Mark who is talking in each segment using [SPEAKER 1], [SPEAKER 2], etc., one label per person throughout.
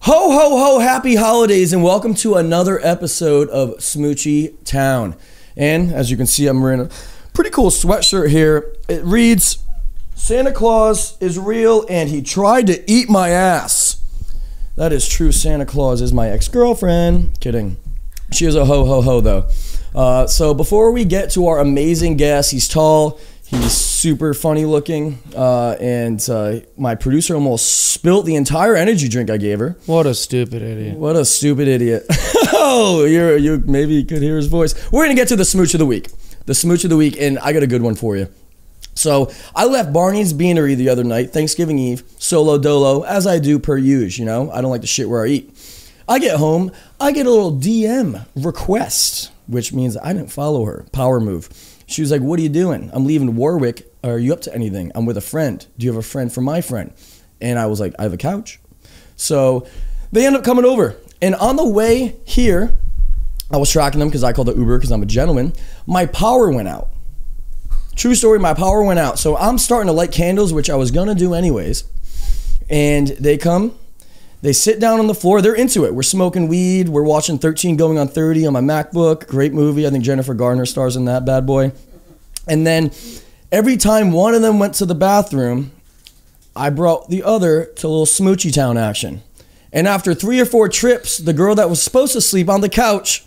[SPEAKER 1] Ho, ho, ho, happy holidays, and welcome to another episode of Smoochie Town. And as you can see, I'm wearing a pretty cool sweatshirt here. It reads Santa Claus is real and he tried to eat my ass. That is true. Santa Claus is my ex girlfriend. Kidding. She is a ho, ho, ho, though. Uh, so before we get to our amazing guest, he's tall. He's super funny looking, uh, and uh, my producer almost spilt the entire energy drink I gave her.
[SPEAKER 2] What a stupid idiot.
[SPEAKER 1] What a stupid idiot. oh, you you maybe you could hear his voice. We're gonna get to the smooch of the week. The smooch of the week, and I got a good one for you. So I left Barney's Beanery the other night, Thanksgiving Eve, solo dolo, as I do per use, you know. I don't like the shit where I eat. I get home, I get a little DM request, which means I didn't follow her. Power move. She was like, What are you doing? I'm leaving Warwick. Are you up to anything? I'm with a friend. Do you have a friend for my friend? And I was like, I have a couch. So they end up coming over. And on the way here, I was tracking them because I called the Uber because I'm a gentleman. My power went out. True story, my power went out. So I'm starting to light candles, which I was going to do anyways. And they come, they sit down on the floor. They're into it. We're smoking weed. We're watching 13 Going on 30 on my MacBook. Great movie. I think Jennifer Garner stars in that bad boy. And then every time one of them went to the bathroom, I brought the other to a little smoochie town action. And after three or four trips, the girl that was supposed to sleep on the couch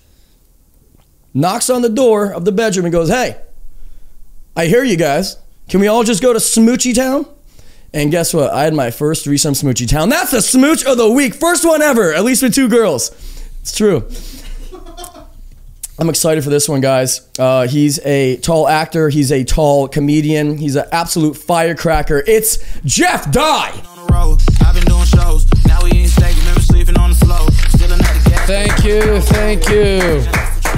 [SPEAKER 1] knocks on the door of the bedroom and goes, Hey, I hear you guys. Can we all just go to Smoochie Town? And guess what? I had my first threesome Smoochie Town. That's the smooch of the week. First one ever, at least with two girls. It's true. I'm excited for this one, guys. Uh, he's a tall actor. He's a tall comedian. He's an absolute firecracker. It's Jeff Dye.
[SPEAKER 3] on the road. I've been doing shows. Now we eating steak, remember sleeping on the floor. Still another gas.
[SPEAKER 2] Thank you. Thank you.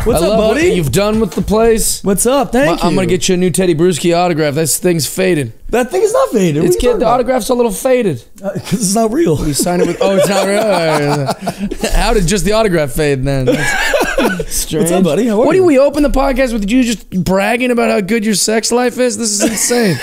[SPEAKER 1] What's
[SPEAKER 2] I
[SPEAKER 1] up,
[SPEAKER 2] love what
[SPEAKER 1] buddy?
[SPEAKER 2] you've done with the place.
[SPEAKER 1] What's up?
[SPEAKER 2] I-
[SPEAKER 1] Thank you.
[SPEAKER 2] I'm gonna get you a new Teddy Bruschi autograph. This thing's faded.
[SPEAKER 1] that thing is not faded.
[SPEAKER 2] It's kid. The autograph's a little faded.
[SPEAKER 1] because it's not real.
[SPEAKER 2] Sign it with. Oh, it's not real. How did just the autograph fade then? That's Strange.
[SPEAKER 1] What's up, buddy? How are
[SPEAKER 2] what
[SPEAKER 1] you?
[SPEAKER 2] do we open the podcast with? You just bragging about how good your sex life is. This is insane.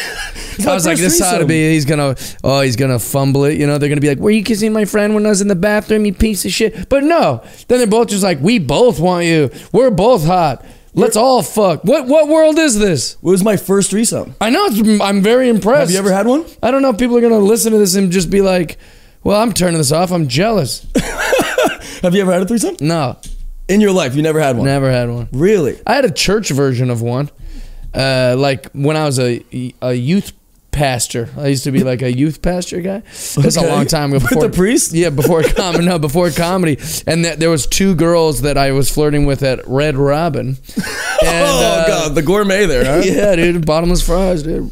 [SPEAKER 2] I
[SPEAKER 1] my
[SPEAKER 2] was like,
[SPEAKER 1] first
[SPEAKER 2] this ought to
[SPEAKER 1] threesome.
[SPEAKER 2] be. He's gonna. Oh, he's gonna fumble it. You know, they're gonna be like, "Were you kissing my friend when I was in the bathroom? You piece of shit." But no. Then they're both just like, "We both want you. We're both hot. Let's all fuck." What What world is this?
[SPEAKER 1] It was my first threesome.
[SPEAKER 2] I know. It's, I'm very
[SPEAKER 1] Have
[SPEAKER 2] impressed.
[SPEAKER 1] you ever had one?
[SPEAKER 2] I don't know if people are gonna listen to this and just be like, "Well, I'm turning this off. I'm jealous."
[SPEAKER 1] Have you ever had a threesome?
[SPEAKER 2] No,
[SPEAKER 1] In your life, you never had one.
[SPEAKER 2] never had one.
[SPEAKER 1] Really?
[SPEAKER 2] I had a church version of one, uh, like when I was a a youth pastor. I used to be like a youth pastor guy. That's
[SPEAKER 1] Okay.
[SPEAKER 2] a long time ago.
[SPEAKER 1] With the priest?
[SPEAKER 2] Yeah, before comedy. no, before comedy. And that there was two girls that I was flirting with at Red Robin. And,
[SPEAKER 1] oh
[SPEAKER 2] uh,
[SPEAKER 1] god, the gourmet there, huh?
[SPEAKER 2] yeah, dude, bottomless fries, dude.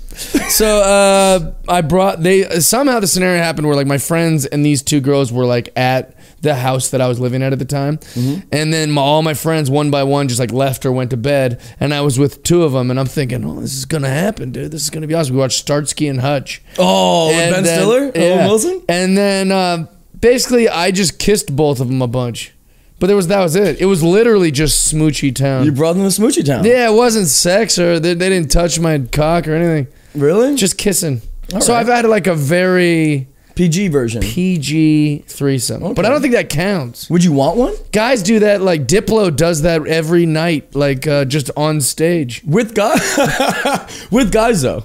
[SPEAKER 2] So uh, I brought they somehow the scenario happened where like my friends and these two girls were like at the house that I was living at at the time,
[SPEAKER 1] Mm-hmm.
[SPEAKER 2] and then my, all my friends one by one just like left or went to bed, and I was with two of them, and I'm thinking, oh, this is gonna happen, dude. This is gonna be awesome. We watched Starsky and Hutch.
[SPEAKER 1] Oh, with
[SPEAKER 2] And
[SPEAKER 1] Ben
[SPEAKER 2] then-
[SPEAKER 1] Stiller, and
[SPEAKER 2] yeah.
[SPEAKER 1] Owen Wilson.
[SPEAKER 2] and then uh, basically I just kissed both of them a bunch. But there was that was it. It was literally just smoochy town.
[SPEAKER 1] You brought them to Smoochie Town.
[SPEAKER 2] Yeah, it wasn't sex or they, they didn't touch my cock or anything.
[SPEAKER 1] really?
[SPEAKER 2] Just kissing. so
[SPEAKER 1] right.
[SPEAKER 2] I've had like a very
[SPEAKER 1] PG version.
[SPEAKER 2] PG threesome, but I don't think that counts.
[SPEAKER 1] Would you want one
[SPEAKER 2] Guys do that like Diplo does that every night, like uh, just on stage.
[SPEAKER 1] with guy? with guys though,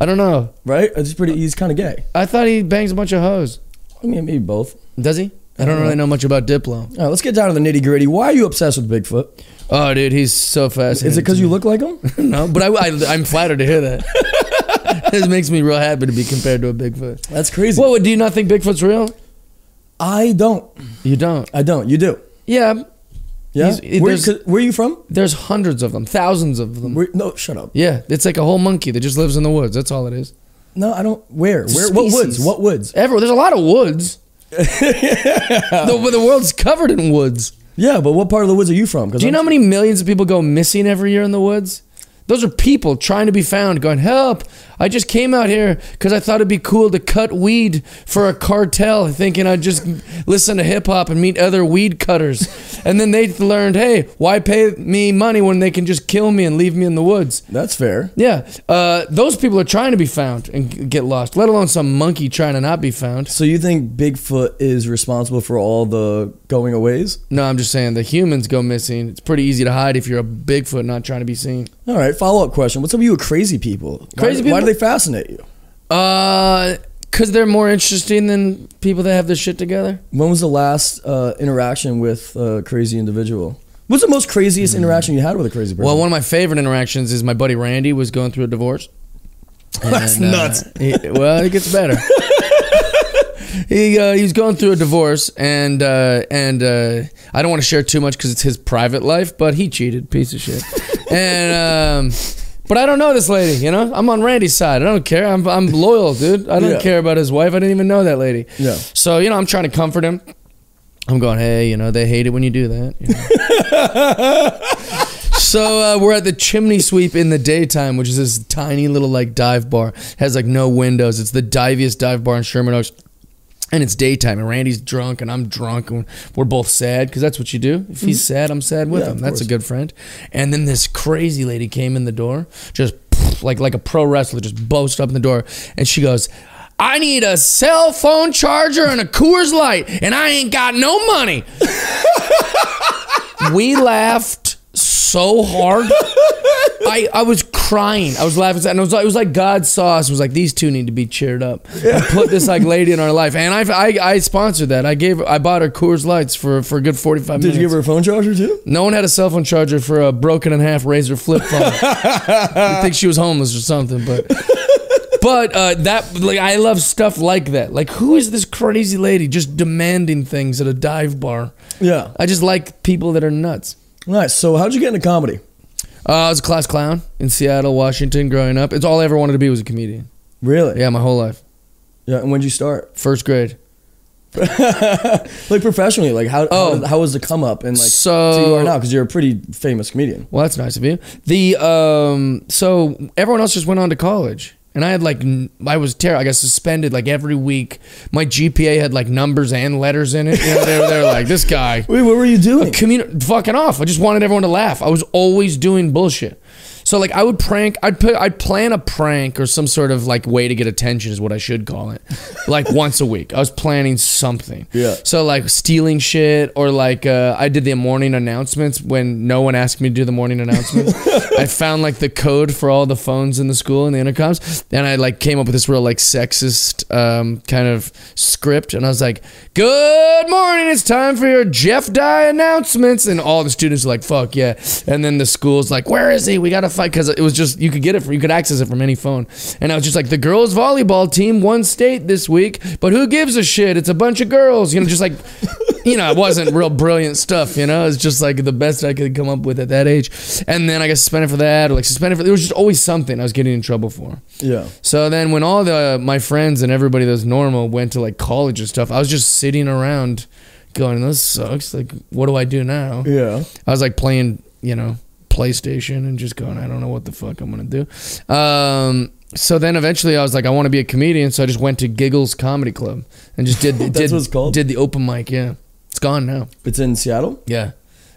[SPEAKER 2] I don't know.
[SPEAKER 1] right? It's pretty. He's kind of gay.
[SPEAKER 2] I thought he bangs a bunch of hoes.
[SPEAKER 1] I mean, maybe both.
[SPEAKER 2] Does he? I don't really know much about Diplo.
[SPEAKER 1] All right, let's get down to the nitty gritty. Why are you obsessed with Bigfoot?
[SPEAKER 2] Oh, dude, he's so fast.
[SPEAKER 1] Is it because you look like him?
[SPEAKER 2] no? But I, I, I'm flattered to hear that. this makes me real happy to be compared to a Bigfoot.
[SPEAKER 1] That's crazy.
[SPEAKER 2] What? Do you not think Bigfoot's real?
[SPEAKER 1] I don't.
[SPEAKER 2] You don't.
[SPEAKER 1] I don't. You do.
[SPEAKER 2] Yeah,
[SPEAKER 1] Yeah.
[SPEAKER 2] He's- it-
[SPEAKER 1] Where,
[SPEAKER 2] there's-
[SPEAKER 1] where are you from?
[SPEAKER 2] There's hundreds of them, thousands of them.
[SPEAKER 1] Where, no, shut up.
[SPEAKER 2] Yeah, it's like a whole monkey that just lives in the woods. That's all it is.
[SPEAKER 1] No, I don't. Where?
[SPEAKER 2] a
[SPEAKER 1] Where? What woods?
[SPEAKER 2] species.
[SPEAKER 1] What woods?
[SPEAKER 2] Everywhere. There's a lot of woods. the, but the world's covered in woods.
[SPEAKER 1] Yeah, but what part of the woods are you from? 'Cause
[SPEAKER 2] Do you
[SPEAKER 1] I'm-
[SPEAKER 2] know how many millions of people go missing every year in the woods? Those are people trying to be found, going, Help! I just came out here because I thought it'd be cool to cut weed for a cartel, thinking I'd just listen to hip hop and meet other weed cutters. And then they learned, hey, why pay me money when they can just kill me and leave me in the woods?
[SPEAKER 1] That's fair.
[SPEAKER 2] Yeah, uh, those people are trying to be found and g- get lost. Let alone some monkey trying to not be found.
[SPEAKER 1] So you think Bigfoot is responsible for all the going aways?
[SPEAKER 2] No, I'm just saying the humans go missing. It's pretty easy to hide if you're a Bigfoot not trying to be seen.
[SPEAKER 1] All right, follow up question. What's up with you with crazy people? Why- Why
[SPEAKER 2] Crazy
[SPEAKER 1] do
[SPEAKER 2] people-
[SPEAKER 1] they fascinate you?
[SPEAKER 2] Uh, cause they're more interesting than people that have their shit together.
[SPEAKER 1] When was the last uh, interaction with a crazy individual? What's the most craziest interaction you had with a crazy person?
[SPEAKER 2] Hmm. Well, one of my favorite interactions is my buddy Randy was going through a divorce.
[SPEAKER 1] That's
[SPEAKER 2] uh,
[SPEAKER 1] nuts.
[SPEAKER 2] he- well, it gets better. he uh, he was going through a divorce, and uh, and uh, I don't want to share too much because it's his private life. But he cheated, piece of shit. and um, but I don't know this lady. You know, I'm on Randy's side. I don't care. I'm I'm loyal, dude. I don't
[SPEAKER 1] Yeah.
[SPEAKER 2] care about his wife. I didn't even know that lady.
[SPEAKER 1] Yeah.
[SPEAKER 2] So you know, I'm trying to comfort him. I'm going, hey, you know, they hate it when you do that. you know. so uh, we're at the chimney sweep in the daytime, which is this tiny little like dive bar. Has like no windows. It's the diviest dive bar in Sherman Oaks. And it's daytime, and Randy's drunk, and I'm drunk, and we're both sad because that's what you do. If he's sad, I'm sad with
[SPEAKER 1] Mm-hmm. Yeah,
[SPEAKER 2] him.
[SPEAKER 1] of
[SPEAKER 2] That's a
[SPEAKER 1] course.
[SPEAKER 2] good friend. And then this crazy lady came in the door, just like like a pro wrestler, just boasted up in the door, and she goes, "I need a cell phone charger and a Coors Light, and I ain't got no money." we laughed so hard. I, I was crying. I was laughing, and it was like, it was like God saw us. and Was like these two need to be cheered up. And put this like lady in our life, and I, I I sponsored that. I gave I bought her Coors Lights for for a good forty five
[SPEAKER 1] Did
[SPEAKER 2] minutes.
[SPEAKER 1] you give her a phone charger too?
[SPEAKER 2] No one had a cell phone charger for a broken in half razor flip phone. I think she was homeless or something, but but uh, that like I love stuff like that. Like who is this crazy lady just demanding things at a dive bar?
[SPEAKER 1] Yeah.
[SPEAKER 2] I just like people that are nuts.
[SPEAKER 1] Nice. So how'd you get into comedy?
[SPEAKER 2] Uh, I was a class clown in Seattle, Washington, growing up. It's all I ever wanted to be was a comedian.
[SPEAKER 1] Really?
[SPEAKER 2] Yeah, my whole life,
[SPEAKER 1] Yeah. And when'd you start?
[SPEAKER 2] first grade.
[SPEAKER 1] Like professionally, like how
[SPEAKER 2] Oh.
[SPEAKER 1] how, how was the come up and like
[SPEAKER 2] So-
[SPEAKER 1] to you are now because you're a pretty famous comedian.
[SPEAKER 2] Well, that's nice of you. The um, so everyone else just went on to college, and I had like n- I was terrible. I got suspended like every week. My GPA had like numbers and letters in it. You know, they were, they were like this guy
[SPEAKER 1] Wait, what were you doing?
[SPEAKER 2] commun- fucking off. I just wanted everyone to laugh. I was always doing bullshit. So like I would prank, I'd put, I'd plan a prank or some sort of like way to get attention is what I should call it. Like once a week, I was planning something.
[SPEAKER 1] Yeah.
[SPEAKER 2] So like stealing shit or like uh, I did the morning announcements when no one asked me to do the morning announcements. I found like the code for all the phones in the school and the intercoms, and I like came up with this real like sexist um, kind of script, and I was like, "Good morning, it's time for your Jeff Dye announcements," and all the students were like, "Fuck yeah!" And then the school's like, "Where is he? We gotta fight," because it was just you could get it, from, you could access it from any phone, and I was just like, "The girls volleyball team won state this week, but who gives a shit? It's a bunch of girls," you know, just like. you know, it wasn't real brilliant stuff. You know, it's just like the best I could come up with at that age. And then I got suspended for that, or like suspended for. There was just always something I was getting in trouble for.
[SPEAKER 1] Yeah.
[SPEAKER 2] So then, when all the my friends and everybody that's normal went to like college and stuff, I was just sitting around, going, "This sucks. Like, what do I do now?"
[SPEAKER 1] Yeah.
[SPEAKER 2] I was like playing, you know, PlayStation and just going, I don't know what the fuck I'm gonna do. Um, so then eventually I was like, I want to be a comedian, so I just went to Giggles Comedy Club and just did
[SPEAKER 1] That's
[SPEAKER 2] did,
[SPEAKER 1] what it's called?
[SPEAKER 2] did the open mic. Yeah, it's gone now.
[SPEAKER 1] It's in Seattle.
[SPEAKER 2] Yeah,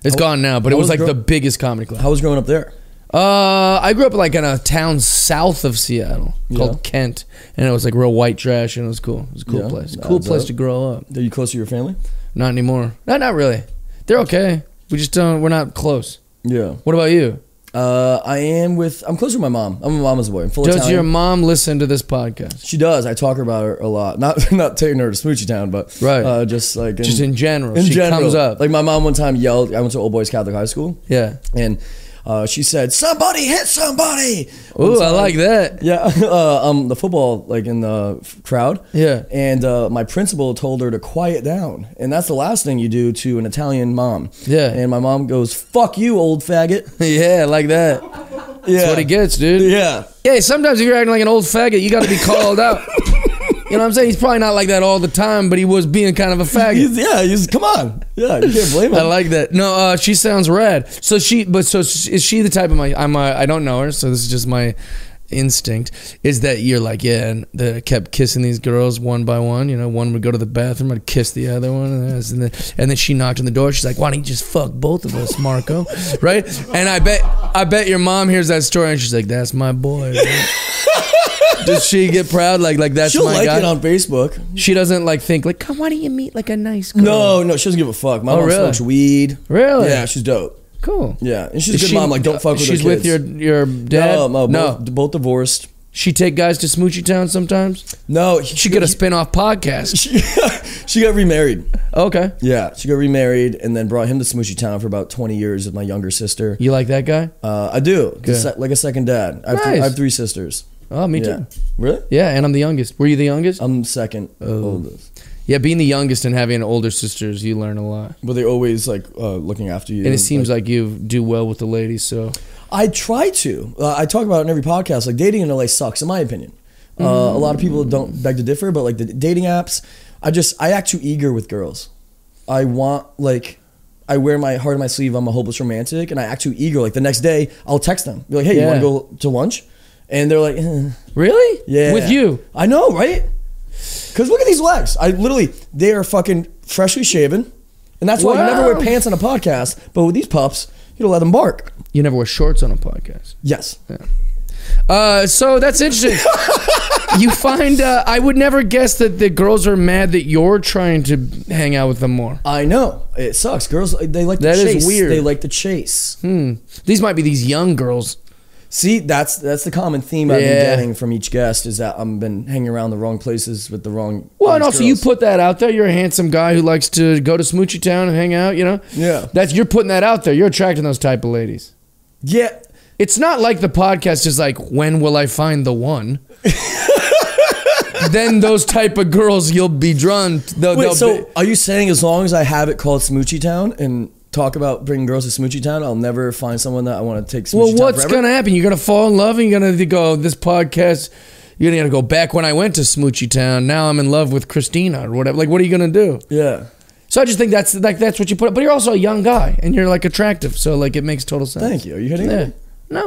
[SPEAKER 2] it's gone now, but it
[SPEAKER 1] how
[SPEAKER 2] was
[SPEAKER 1] was
[SPEAKER 2] like
[SPEAKER 1] gro-
[SPEAKER 2] the biggest comedy club.
[SPEAKER 1] How was growing up there?
[SPEAKER 2] Uh, I grew up like in a town south of Seattle called
[SPEAKER 1] Yeah.
[SPEAKER 2] Kent, and it was like real white trash, and it was cool. It was a cool
[SPEAKER 1] Yeah,
[SPEAKER 2] place, cool
[SPEAKER 1] adds
[SPEAKER 2] place
[SPEAKER 1] up.
[SPEAKER 2] to grow up.
[SPEAKER 1] Are you close to your family?
[SPEAKER 2] Not anymore. Not not really. They're okay. We just don't. We're not close.
[SPEAKER 1] Yeah.
[SPEAKER 2] What about you?
[SPEAKER 1] Uh, I am with. I'm close with my mom. I'm a mama's boy. I'm full
[SPEAKER 2] Does
[SPEAKER 1] Italian.
[SPEAKER 2] your mom listen to this podcast?
[SPEAKER 1] She does. I talk about her a lot. Not not taking her to Smoochie Town, but
[SPEAKER 2] Right.
[SPEAKER 1] Uh, just like in,
[SPEAKER 2] Just in general.
[SPEAKER 1] in
[SPEAKER 2] she
[SPEAKER 1] general.
[SPEAKER 2] comes up.
[SPEAKER 1] Like my mom one time yelled. I went to Old Boys Catholic High School,
[SPEAKER 2] yeah.
[SPEAKER 1] and uh, she said, "Somebody hit somebody."
[SPEAKER 2] Ooh, I like that.
[SPEAKER 1] Yeah, uh, um, the football like in the f- crowd.
[SPEAKER 2] Yeah.
[SPEAKER 1] and uh, my principal told her to quiet down, and that's the last thing you do to an Italian mom.
[SPEAKER 2] Yeah.
[SPEAKER 1] and my mom goes, "Fuck you, old faggot."
[SPEAKER 2] yeah, I like that.
[SPEAKER 1] Yeah,
[SPEAKER 2] That's what he gets, dude.
[SPEAKER 1] Yeah,
[SPEAKER 2] Yeah, sometimes if you're acting like an old faggot, you got to be called out. You know what I'm saying? He's probably not like that all the time, but he was being kind of a faggot.
[SPEAKER 1] He's- yeah. He's, come on. Yeah, you can't blame
[SPEAKER 2] I
[SPEAKER 1] him.
[SPEAKER 2] like that. No, uh, she uh, sounds rad. So she, but so is she the type of my? I'm. A, I don't know her, so this is just my instinct is that you're like, yeah, and that I kept kissing these girls one by one. You know, one would go to the bathroom, I'd kiss the other one, and, this and, that. and then she knocked on the door. She's like, why don't you just fuck both of us, Marco? right? And I bet, I bet your mom hears that story and she's like, that's my boy. man." Does she get proud? Like, like that's
[SPEAKER 1] She'll
[SPEAKER 2] my
[SPEAKER 1] like
[SPEAKER 2] guy.
[SPEAKER 1] it on Facebook.
[SPEAKER 2] she doesn't like think like, come, why don't you meet like a nice girl?
[SPEAKER 1] No, no, she doesn't give a fuck. My
[SPEAKER 2] Oh,
[SPEAKER 1] mom
[SPEAKER 2] really?
[SPEAKER 1] smokes weed.
[SPEAKER 2] Really?
[SPEAKER 1] Yeah, she's dope.
[SPEAKER 2] Cool.
[SPEAKER 1] Yeah, and she's a
[SPEAKER 2] Is
[SPEAKER 1] good
[SPEAKER 2] she-
[SPEAKER 1] mom. Like, don't fuck with her
[SPEAKER 2] She's with
[SPEAKER 1] kids.
[SPEAKER 2] your your dad.
[SPEAKER 1] No, no,
[SPEAKER 2] no.
[SPEAKER 1] Both, both divorced.
[SPEAKER 2] She take guys to Smoochie Town sometimes.
[SPEAKER 1] No,
[SPEAKER 2] She get a spin-off podcast.
[SPEAKER 1] she, she got remarried.
[SPEAKER 2] Okay.
[SPEAKER 1] Yeah, she got remarried and then brought him to Smoochy Town for about 20 years with my younger sister.
[SPEAKER 2] You like that guy?
[SPEAKER 1] Uh, I do,
[SPEAKER 2] Good.
[SPEAKER 1] Just like a second dad. I have, th-
[SPEAKER 2] Nice.
[SPEAKER 1] I have three sisters.
[SPEAKER 2] Oh, me
[SPEAKER 1] yeah.
[SPEAKER 2] too.
[SPEAKER 1] Really?
[SPEAKER 2] Yeah, and I'm the youngest. Were you the youngest?
[SPEAKER 1] I'm second
[SPEAKER 2] Oh.
[SPEAKER 1] oldest.
[SPEAKER 2] yeah, being the youngest and having older sisters, you learn a lot.
[SPEAKER 1] But they're always like uh, looking after you.
[SPEAKER 2] And it seems like you do well with the ladies, so
[SPEAKER 1] I try to. Uh, I talk about it in every podcast. Like dating in LA sucks, in my opinion. Uh, A lot of people don't beg to differ, but like the dating apps, I just I act too eager with girls. I want like I wear my heart on my sleeve. I'm a hopeless romantic, and I act too eager. Like the next day, I'll text them, be like, "Hey,
[SPEAKER 2] Yeah.
[SPEAKER 1] you want to go to lunch?" And they're like, eh.
[SPEAKER 2] really,
[SPEAKER 1] Yeah.
[SPEAKER 2] with you,
[SPEAKER 1] I know, right? Because look at these legs. I literally, they are fucking freshly shaven. And that's why you never wear
[SPEAKER 2] Wow.
[SPEAKER 1] pants on a podcast. But with these pups, you don't let them bark.
[SPEAKER 2] you never wear shorts on a podcast.
[SPEAKER 1] Yes.
[SPEAKER 2] Uh, so that's interesting. you find uh, I would never guess that the girls are mad that you're trying to hang out with them more.
[SPEAKER 1] I know. It sucks. Girls, they like to
[SPEAKER 2] That is
[SPEAKER 1] chase.
[SPEAKER 2] weird.
[SPEAKER 1] They like to chase.
[SPEAKER 2] Hmm. These might be these young girls.
[SPEAKER 1] See, that's that's the common theme I've
[SPEAKER 2] Yeah.
[SPEAKER 1] been getting from each guest is that I've been hanging around the wrong places with the wrong.
[SPEAKER 2] Well, and
[SPEAKER 1] these
[SPEAKER 2] also you
[SPEAKER 1] girls.
[SPEAKER 2] put that out there. You're a handsome guy who likes to go to Smoochie Town and hang out. You know,
[SPEAKER 1] Yeah.
[SPEAKER 2] That's you're putting that out there. You're attracting those type of ladies.
[SPEAKER 1] Yeah.
[SPEAKER 2] It's not like the podcast is like, when will I find the one? then those type of girls you'll be drawn. To, they'll-
[SPEAKER 1] Wait,
[SPEAKER 2] they'll
[SPEAKER 1] so
[SPEAKER 2] be-
[SPEAKER 1] are you saying as long as I have it called Smoochie Town and talk about bringing girls to Smoochie Town, I'll never find someone that I want to take Smoochie
[SPEAKER 2] well,
[SPEAKER 1] Town
[SPEAKER 2] what's
[SPEAKER 1] forever?
[SPEAKER 2] gonna happen? You're gonna fall in love, and you're gonna go. This podcast, you're gonna go back when I went to Smoochie Town. Now I'm in love with Christina or whatever. Like, what are you gonna do?
[SPEAKER 1] Yeah.
[SPEAKER 2] So I just think that's like that's what you put. up. But you're also a young guy, and you're like attractive. So like it makes total sense.
[SPEAKER 1] Thank you. Are you hitting
[SPEAKER 2] Yeah.
[SPEAKER 1] me?
[SPEAKER 2] No.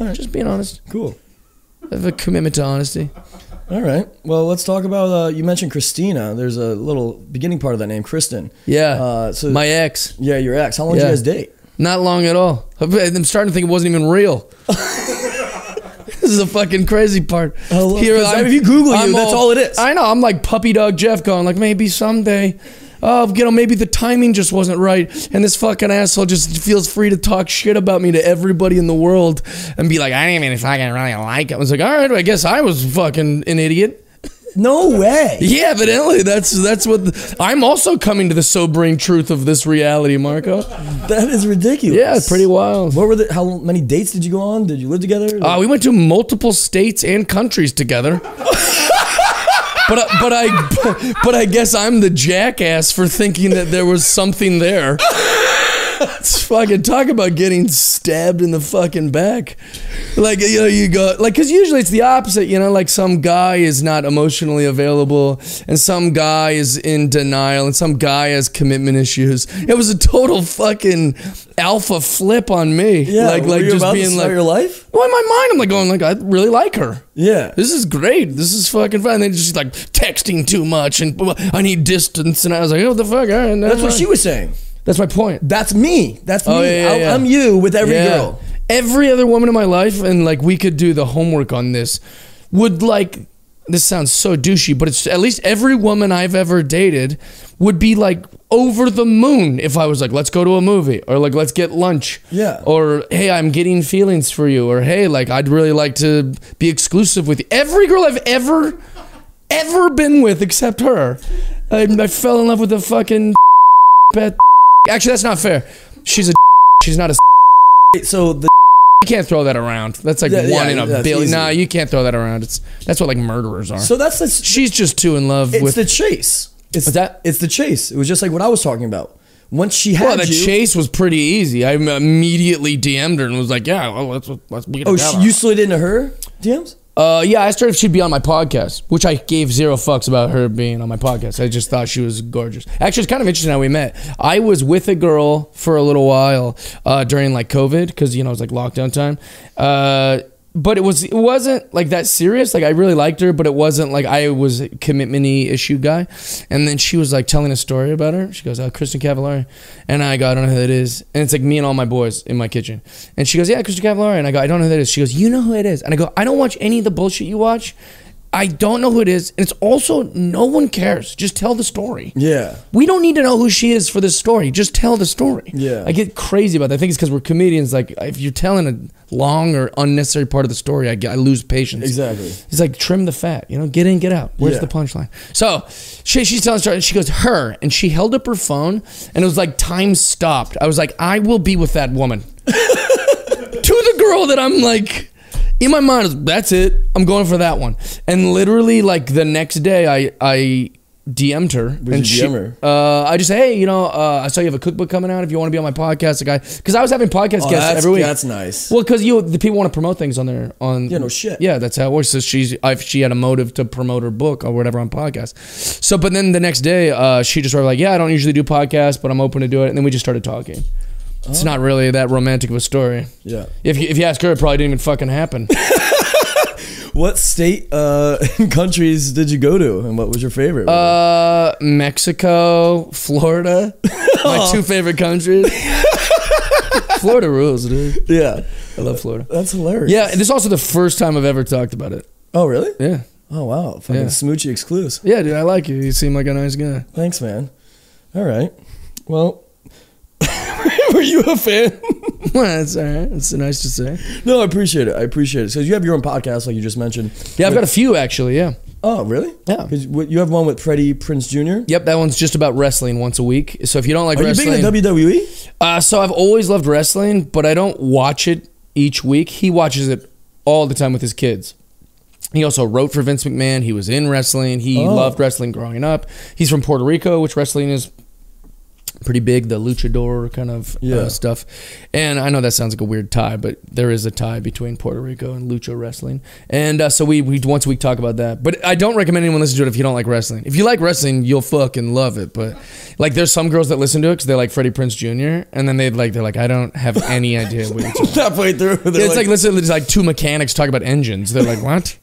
[SPEAKER 1] All right.
[SPEAKER 2] Just being honest.
[SPEAKER 1] Cool.
[SPEAKER 2] I have a commitment to honesty.
[SPEAKER 1] All right. Well, let's talk about. Uh, you mentioned Christina. There's a little beginning part of that name, Kristen.
[SPEAKER 2] Yeah.
[SPEAKER 1] Uh, so
[SPEAKER 2] my ex.
[SPEAKER 1] yeah, your ex. How long did
[SPEAKER 2] Yeah.
[SPEAKER 1] you guys date?
[SPEAKER 2] Not long at all. I'm starting to think it wasn't even real. this is the fucking crazy part.
[SPEAKER 1] Oh, 'cause if you Google you, that's all it is.
[SPEAKER 2] I know. I'm like puppy dog Jeff going like maybe someday. Oh, you know, maybe the timing just wasn't right, and this fucking asshole just feels free to talk shit about me to everybody in the world, and be like, I didn't even fucking really like it. I was like, all right, well, I guess I was fucking an idiot.
[SPEAKER 1] No way.
[SPEAKER 2] Yeah, evidently that's that's what the, I'm also coming to the sobering truth of this reality, Marco.
[SPEAKER 1] That is ridiculous.
[SPEAKER 2] Yeah, it's pretty wild.
[SPEAKER 1] What were the? How many dates did you go on? Did you live together?
[SPEAKER 2] Uh, we went to multiple states and countries together. But I- but I but I guess I'm the jackass for thinking that there was something there. It's fucking talk about getting stabbed in the fucking back. Like you know you go like cuz usually it's the opposite, you know, like some guy is not emotionally available and some guy is in denial and some guy has commitment issues. It was a total fucking alpha flip on me.
[SPEAKER 1] yeah.
[SPEAKER 2] like
[SPEAKER 1] were
[SPEAKER 2] like
[SPEAKER 1] you
[SPEAKER 2] just
[SPEAKER 1] about to
[SPEAKER 2] being
[SPEAKER 1] start
[SPEAKER 2] like
[SPEAKER 1] your life.
[SPEAKER 2] well, in my mind, I'm like going like, I really like her.
[SPEAKER 1] Yeah.
[SPEAKER 2] This is great. This is fucking fun. And then just like texting too much, and blah, blah, I need distance. And I was like, oh, what the fuck? All right,
[SPEAKER 1] That's what she was saying.
[SPEAKER 2] That's my point.
[SPEAKER 1] That's me. That's
[SPEAKER 2] Oh,
[SPEAKER 1] me.
[SPEAKER 2] yeah, yeah,
[SPEAKER 1] I-
[SPEAKER 2] yeah.
[SPEAKER 1] I'm you with every
[SPEAKER 2] Yeah.
[SPEAKER 1] girl.
[SPEAKER 2] every other woman in my life, and like we could do the homework on this. Would like this sounds so douchey, but it's at least every woman I've ever dated would be like over the moon if I was like, let's go to a movie or like let's get lunch.
[SPEAKER 1] Yeah.
[SPEAKER 2] Or hey, I'm getting feelings for you, or hey, like I'd really like to be exclusive with you. Every girl I've ever ever been with except her. I, I fell in love with a fucking bet. Actually, that's not fair. She's a she's not a
[SPEAKER 1] Wait, so the
[SPEAKER 2] you can't throw that around. That's like
[SPEAKER 1] Yeah,
[SPEAKER 2] one
[SPEAKER 1] yeah,
[SPEAKER 2] in a
[SPEAKER 1] that's
[SPEAKER 2] billion.
[SPEAKER 1] easy.
[SPEAKER 2] Nah, you can't throw that around. It's that's what like murderers are.
[SPEAKER 1] so that's the
[SPEAKER 2] She's just too in love
[SPEAKER 1] It's
[SPEAKER 2] with.
[SPEAKER 1] the chase. It's
[SPEAKER 2] What's that?
[SPEAKER 1] It's the chase. It was just like what I was talking about. Once she had
[SPEAKER 2] well, the
[SPEAKER 1] you,
[SPEAKER 2] chase was pretty easy. I immediately DM'd her and was like, "Yeah, well, let's let's be
[SPEAKER 1] oh,
[SPEAKER 2] together."
[SPEAKER 1] she, you slid into her DMs.
[SPEAKER 2] uh, yeah, I started if she'd be on my podcast, which I gave zero fucks about her being on my podcast. I just thought she was gorgeous. Actually, it's kind of interesting how we met. I was with a girl for a little while uh, during like COVID because you know it was like lockdown time. Uh, but it was it wasn't like that serious. Like I really liked her, but it wasn't like I was a commitment-y issue guy. And then she was like telling a story about her. She goes, uh, Kristen Cavallari, and I go, I don't know who that is. And it's like me and all my boys in my kitchen. And she goes, Yeah, Kristen Cavallari, and I go, I don't know who that is. She goes, You know who it is? And I go, I don't watch any of the bullshit you watch. I don't know who it is. And it's also no one cares. Just tell the story.
[SPEAKER 1] Yeah.
[SPEAKER 2] We don't need to know who she is for this story. Just tell the story.
[SPEAKER 1] Yeah.
[SPEAKER 2] I get crazy about that. I think it's because we're comedians. Like, if you're telling a long or unnecessary part of the story, I, get, I lose patience.
[SPEAKER 1] Exactly.
[SPEAKER 2] It's like trim the fat, you know, get in, get out. Where's
[SPEAKER 1] Yeah.
[SPEAKER 2] the punchline? So she, she's telling a story and she goes, her. And she held up her phone and it was like, time stopped. I was like, I will be with that woman. to the girl that I'm like, in my mind, I was, that's it. I'm going for that one. And literally, like the next day, I I DM'd her
[SPEAKER 1] What'd
[SPEAKER 2] and
[SPEAKER 1] you
[SPEAKER 2] she,
[SPEAKER 1] DM her?
[SPEAKER 2] Uh, I just hey, you know, uh, I saw you have a cookbook coming out. If you want to be on my podcast, the guy, because I was having podcast
[SPEAKER 1] Oh,
[SPEAKER 2] guests
[SPEAKER 1] that's-
[SPEAKER 2] every week.
[SPEAKER 1] that's nice.
[SPEAKER 2] Well, because you the people want to promote things on their on.
[SPEAKER 1] Yeah, no shit.
[SPEAKER 2] Yeah, that's how it works. So she's if she had a motive to promote her book or whatever on podcast. So, but then the next day, uh, she just wrote like, yeah, I don't usually do podcasts, but I'm open to do it. And then we just started talking.
[SPEAKER 1] Oh.
[SPEAKER 2] It's not really that romantic of a story.
[SPEAKER 1] Yeah.
[SPEAKER 2] If you, if you ask her, it probably didn't even fucking happen.
[SPEAKER 1] What state uh, and countries did you go to, and what was your favorite?
[SPEAKER 2] Uh, Mexico, Florida, my two favorite countries. Florida rules, dude.
[SPEAKER 1] yeah,
[SPEAKER 2] I love Florida.
[SPEAKER 1] that's hilarious.
[SPEAKER 2] Yeah, and this is also the first time I've ever talked about it.
[SPEAKER 1] Oh, really?
[SPEAKER 2] Yeah,
[SPEAKER 1] Oh, wow. Fucking
[SPEAKER 2] Yeah.
[SPEAKER 1] smoochy exclusive.
[SPEAKER 2] yeah, dude. I like you. You seem like a nice guy.
[SPEAKER 1] Thanks, man. All right. Well, were you a fan?
[SPEAKER 2] Well, it's all right. It's nice to say.
[SPEAKER 1] no, I appreciate it. I appreciate it. So you have your own podcast, like you just mentioned.
[SPEAKER 2] Yeah, I've got a few actually. Yeah.
[SPEAKER 1] Oh, really?
[SPEAKER 2] Yeah.
[SPEAKER 1] 'Cause what- you have one with Freddie Prince Jr.
[SPEAKER 2] Yep, that one's just about wrestling once a week. So if you don't like
[SPEAKER 1] Are
[SPEAKER 2] wrestling,
[SPEAKER 1] you big in WWE?
[SPEAKER 2] Uh, so I've always loved wrestling, but I don't watch it each week. He watches it all the time with his kids. He also wrote for Vince McMahon. He was in wrestling. He
[SPEAKER 1] Oh.
[SPEAKER 2] loved wrestling growing up. He's from Puerto Rico, which wrestling is pretty big, the luchador kind of uh,
[SPEAKER 1] Yeah.
[SPEAKER 2] stuff. And I know that sounds like a weird tie, but there is a tie between Puerto Rico and lucha wrestling. And uh, so we, we once a week talk about that. But I don't recommend anyone listen to it if you don't like wrestling. If you like wrestling, you'll fucking love it. But like, there's some girls that listen to it because they like Freddie Prince Jr. And then they like they're like, I don't have any idea what you're talking. about."
[SPEAKER 1] Halfway through, they're
[SPEAKER 2] it's like, listen, it's like two mechanics talk about engines. They're like, what?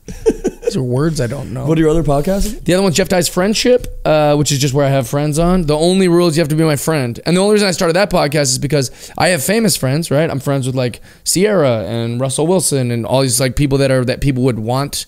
[SPEAKER 2] These are words I don't know.
[SPEAKER 1] what are your other podcasts?
[SPEAKER 2] The other one's Jeff Dye's Friendship, uh, which is just where I have friends on. The only rule is you have to be my friend. And the only reason I started that podcast is because I have famous friends, right? I'm friends with like Sierra and Russell Wilson and all these like people that are that people would want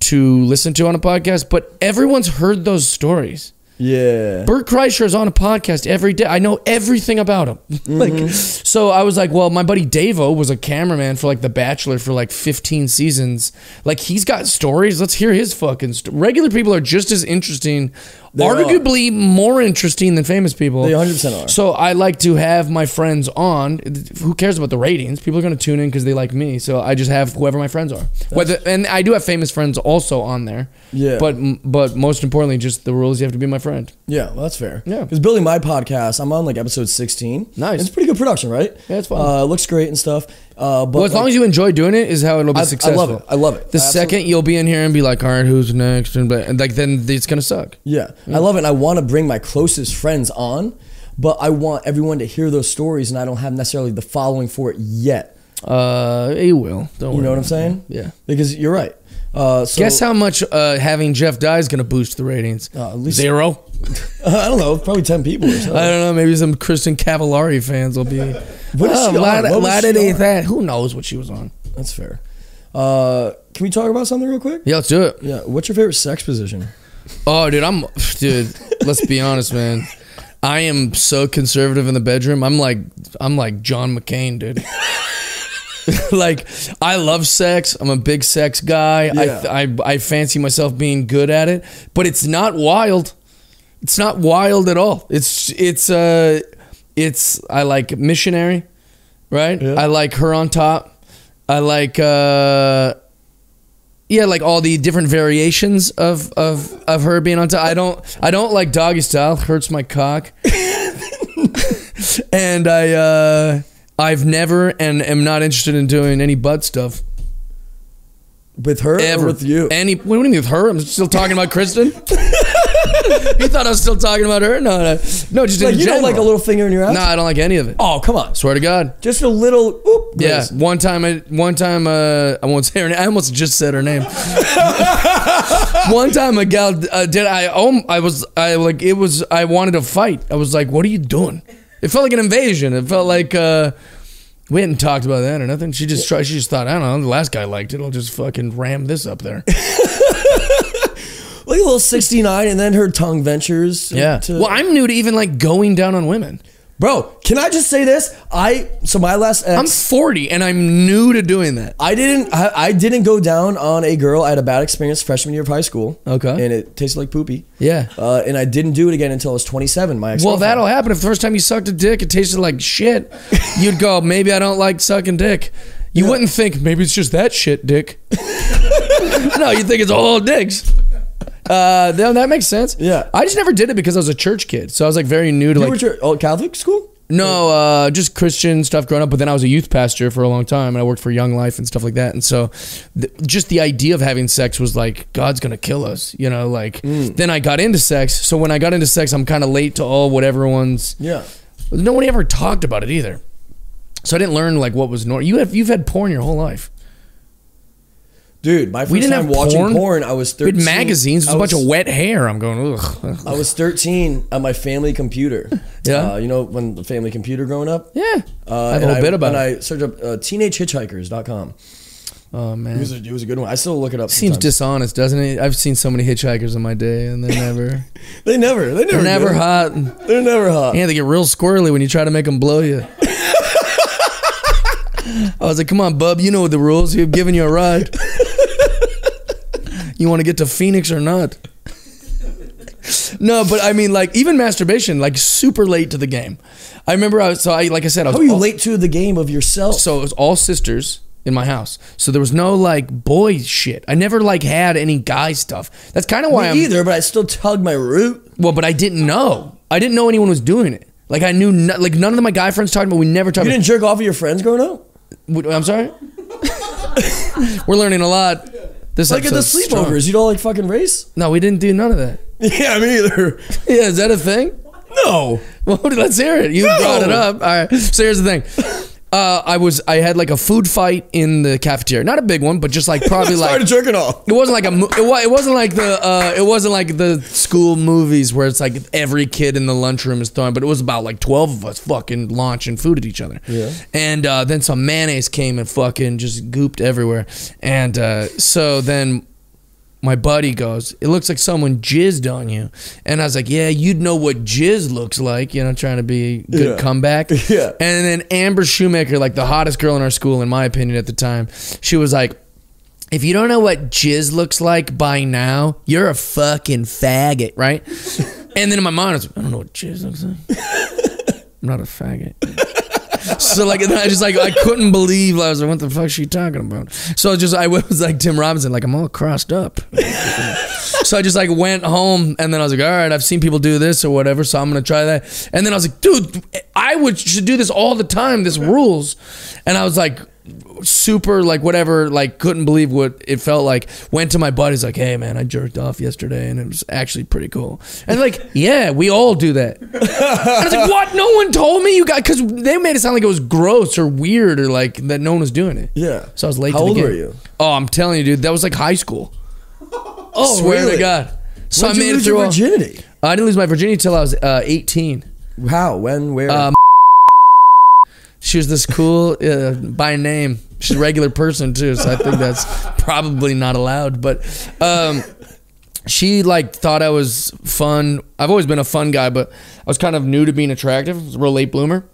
[SPEAKER 2] to listen to on a podcast. But everyone's heard those stories.
[SPEAKER 1] Yeah.
[SPEAKER 2] Bert Kreischer is on a podcast every day. I know everything about him.
[SPEAKER 1] Mm-hmm.
[SPEAKER 2] like, so I was like, well, my buddy Davo was a cameraman for like The Bachelor for like 15 seasons. Like, he's got stories. Let's hear his fucking st- Regular people are just as interesting,
[SPEAKER 1] are.
[SPEAKER 2] arguably more interesting than famous people.
[SPEAKER 1] They 100% are.
[SPEAKER 2] So I like to have my friends on. Who cares about the ratings? People are going to tune in because they like me. So I just have whoever my friends are. Whether and I do have famous friends also on there.
[SPEAKER 1] Yeah.
[SPEAKER 2] But but most importantly, just the rules. You have to be my friend.
[SPEAKER 1] Yeah, well, that's fair.
[SPEAKER 2] Yeah.
[SPEAKER 1] because building my podcast, I'm on like episode 16.
[SPEAKER 2] Nice.
[SPEAKER 1] It's pretty good production, right?
[SPEAKER 2] Yeah, it's fun.
[SPEAKER 1] Uh, looks great and stuff. Uh, but
[SPEAKER 2] Well, as
[SPEAKER 1] like-
[SPEAKER 2] long as you enjoy doing it, is how it'll be
[SPEAKER 1] I- I love
[SPEAKER 2] successful.
[SPEAKER 1] it. I love it.
[SPEAKER 2] The
[SPEAKER 1] I absolutely-
[SPEAKER 2] second you'll be in here and be like, "All right, who's next?" and, but- and like then it's gonna suck.
[SPEAKER 1] Yeah, I love it. And I want to bring my closest friends on, but I want everyone to hear those stories, and I don't have necessarily the following for it yet.
[SPEAKER 2] Uh, it will. Don't worry.
[SPEAKER 1] You know what I'm
[SPEAKER 2] about it.
[SPEAKER 1] saying?
[SPEAKER 2] Yeah.
[SPEAKER 1] Because you're right. Uh, so,
[SPEAKER 2] Guess how much uh, having Jeff die is gonna boost the ratings?
[SPEAKER 1] Uh, at least-
[SPEAKER 2] Zero.
[SPEAKER 1] I don't know, probably ten people or
[SPEAKER 2] I
[SPEAKER 1] something.
[SPEAKER 2] don't know. Maybe some Kristen Cavallari fans will be.
[SPEAKER 1] What is
[SPEAKER 2] Oh,
[SPEAKER 1] she on?
[SPEAKER 2] la-
[SPEAKER 1] What was
[SPEAKER 2] la-
[SPEAKER 1] she
[SPEAKER 2] da- da-
[SPEAKER 1] on?
[SPEAKER 2] that. Who knows what she was on?
[SPEAKER 1] That's fair. Uh, can we talk about something real quick?
[SPEAKER 2] Yeah, let's do it.
[SPEAKER 1] Yeah. What's your favorite sex position?
[SPEAKER 2] Oh, dude, I'm dude. let's be honest, man. I am so conservative in the bedroom. I'm like, I'm like John McCain, dude. like, I love sex. I'm a big sex guy.
[SPEAKER 1] Yeah.
[SPEAKER 2] I, I I fancy myself being good at it, but it's not wild. It's not wild at all. It's it's uh, it's I like missionary, right?
[SPEAKER 1] Yeah.
[SPEAKER 2] I like her on top. I like uh. Yeah, like all the different variations of of of her being on top. I don't I don't like doggy style. Hurts my cock. and I uh I've never and am not interested in doing any butt stuff
[SPEAKER 1] With her
[SPEAKER 2] ever
[SPEAKER 1] or with you?
[SPEAKER 2] Any what do you mean with her? I'm still talking about Kristen. you thought I was still talking about her? No, no, no just
[SPEAKER 1] Like
[SPEAKER 2] in
[SPEAKER 1] you don't
[SPEAKER 2] general.
[SPEAKER 1] like a little finger in your ass?
[SPEAKER 2] No, I don't like any of it.
[SPEAKER 1] Oh come on.
[SPEAKER 2] Swear to God.
[SPEAKER 1] Just a little. Oop.
[SPEAKER 2] Yeah,
[SPEAKER 1] graze.
[SPEAKER 2] one time I one time uh, I won't say her name. I almost just said her name. one time a gal uh, did I um, I was I like it was I wanted to fight. I was like, "What are you doing?" It felt like an invasion. It felt like uh, we hadn't talked about that or nothing. She just tried. She just thought, "I don't know." The last guy liked it. I'll just fucking ram this up there.
[SPEAKER 1] Like a little sixty nine, and then her tongue ventures.
[SPEAKER 2] Yeah.
[SPEAKER 1] to-
[SPEAKER 2] Well, I'm new to even like going down on women.
[SPEAKER 1] bro, can I just say this? I so my last ex.
[SPEAKER 2] I'm 40 and I'm new to doing that.
[SPEAKER 1] I didn't. I, I didn't go down on a girl. I had a bad experience freshman year of high school.
[SPEAKER 2] Okay.
[SPEAKER 1] and it tasted like poopy.
[SPEAKER 2] Yeah.
[SPEAKER 1] uh, and I didn't do it again until I was 27. My ex.
[SPEAKER 2] Well, that'll happen. If the first time you sucked a dick, it tasted like shit, you'd go, maybe I don't like sucking dick. You wouldn't think, maybe it's just that shit dick. no, you think it's all dicks. Uh, no, that makes sense.
[SPEAKER 1] Yeah.
[SPEAKER 2] I just never did it because I was a church kid. So I was like very new to
[SPEAKER 1] You
[SPEAKER 2] like,
[SPEAKER 1] were at your- oh, Catholic school.
[SPEAKER 2] no, uh, just Christian stuff growing up. But then I was a youth pastor for a long time and I worked for Young Life and stuff like that. And so th- just the idea of having sex was like, God's going to kill us. You know, like
[SPEAKER 1] Hmm.
[SPEAKER 2] then I got into sex. So when I got into sex, I'm kind of late to all what everyone's.
[SPEAKER 1] Yeah.
[SPEAKER 2] No one ever talked about it either. So I didn't learn like what was normal. You have you've had porn your whole life.
[SPEAKER 1] Dude, my first
[SPEAKER 2] We didn't
[SPEAKER 1] time
[SPEAKER 2] have
[SPEAKER 1] watching
[SPEAKER 2] porn.
[SPEAKER 1] porn. I was
[SPEAKER 2] We had
[SPEAKER 1] 13.
[SPEAKER 2] magazines. There's
[SPEAKER 1] I
[SPEAKER 2] a bunch
[SPEAKER 1] was-
[SPEAKER 2] of wet hair. I'm going. Ugh.
[SPEAKER 1] I was 13 on my family computer.
[SPEAKER 2] Yeah.
[SPEAKER 1] Uh, you know, when the family computer growing up?
[SPEAKER 2] Yeah.
[SPEAKER 1] Uh,
[SPEAKER 2] I have a
[SPEAKER 1] and
[SPEAKER 2] whole bit about
[SPEAKER 1] and I
[SPEAKER 2] it.
[SPEAKER 1] searched up uh, teenagehitchhikers.com.
[SPEAKER 2] oh
[SPEAKER 1] It
[SPEAKER 2] man.
[SPEAKER 1] was, a, it was a good one. I still look it up.
[SPEAKER 2] Seems
[SPEAKER 1] sometimes.
[SPEAKER 2] dishonest, doesn't it? I've seen so many hitchhikers in my day, and they're never,
[SPEAKER 1] they never, they never,
[SPEAKER 2] they're never
[SPEAKER 1] do.
[SPEAKER 2] hot.
[SPEAKER 1] They're never hot.
[SPEAKER 2] Yeah, they get real squirrely when you try to make them blow you. I was like, "Come on, bub, you know the rules. We've given you a ride. you want to get to Phoenix or not?" No, but I mean, like even masturbation, like super late to the game. I remember I was so I like I said I was
[SPEAKER 1] How are you
[SPEAKER 2] all-
[SPEAKER 1] late to the game of yourself?
[SPEAKER 2] so it was all sisters in my house. So there was no like boy shit. I never like had any guy stuff. That's kind of why
[SPEAKER 1] Me
[SPEAKER 2] I'm
[SPEAKER 1] either, but I still tug my root.
[SPEAKER 2] well, but I didn't know. I didn't know anyone was doing it. Like I knew, no, like none of my guy friends talked about. it. We never talked.
[SPEAKER 1] You
[SPEAKER 2] About,
[SPEAKER 1] didn't jerk off of your friends growing up?
[SPEAKER 2] Wait, I'm sorry. We're learning a lot. This
[SPEAKER 1] Like at the
[SPEAKER 2] episode's strong.
[SPEAKER 1] sleepovers, you don't like fucking race?
[SPEAKER 2] No, we didn't do none of that.
[SPEAKER 1] Yeah, me either.
[SPEAKER 2] Yeah, is that a thing?
[SPEAKER 1] No.
[SPEAKER 2] Well, let's hear it. You brought it up. All right. So here's the thing. Uh, I was I had like a food fight in the cafeteria. Not a big one, but just like probably like
[SPEAKER 1] Started jerking off.
[SPEAKER 2] It wasn't like a. mo- It, wa- it wasn't like the. Uh, it wasn't like the school movies where it's like every kid in the lunchroom is throwing. But it was about like twelve of us fucking launching food at each other.
[SPEAKER 1] Yeah.
[SPEAKER 2] And uh, then some mayonnaise came and fucking just gooped everywhere. And uh, so then my buddy goes, "It looks like someone jizzed on you." And I was like, "Yeah, you'd know what jizz looks like." You know, trying to be a good
[SPEAKER 1] Yeah.
[SPEAKER 2] comeback.
[SPEAKER 1] Yeah.
[SPEAKER 2] And then Amber Shoemaker, like the hottest girl in our school, in my opinion at the time, she was like, if you don't know what jizz looks like by now, you're a fucking faggot, right? and then in my mind, I was like, I don't know what jizz looks like. I'm not a faggot. So like and then I just like I couldn't believe I was like what the fuck is she talking about? So I just I was like Tim Robinson like I'm all crossed up. so I just like went home and then I was like all right I've seen people do this or whatever so I'm gonna try that and then I was like dude I would should do this all the time this rules and I was like super like whatever like couldn't believe what it felt like went to my buddies like hey man I jerked off yesterday and it was actually pretty cool and like yeah we all do that I was like, what? No one told me you got because they made it sound like it was gross or weird or like that no one was doing it.
[SPEAKER 1] Yeah.
[SPEAKER 2] So I was late.
[SPEAKER 1] How
[SPEAKER 2] to the
[SPEAKER 1] old
[SPEAKER 2] game.
[SPEAKER 1] were you?
[SPEAKER 2] Oh, I'm telling you, dude, that was like high school. Oh, swear
[SPEAKER 1] really?
[SPEAKER 2] to God. So
[SPEAKER 1] When'd
[SPEAKER 2] I
[SPEAKER 1] you
[SPEAKER 2] made it
[SPEAKER 1] lose
[SPEAKER 2] through.
[SPEAKER 1] your
[SPEAKER 2] all-
[SPEAKER 1] virginity.
[SPEAKER 2] I didn't lose my virginity till I was uh, 18.
[SPEAKER 1] How? When? Where?
[SPEAKER 2] Um, She was this cool uh, by name. She's a regular person too, so I think that's probably not allowed. But um, she like thought I was fun. I've always been a fun guy, but I was kind of new to being attractive. I was a real late bloomer.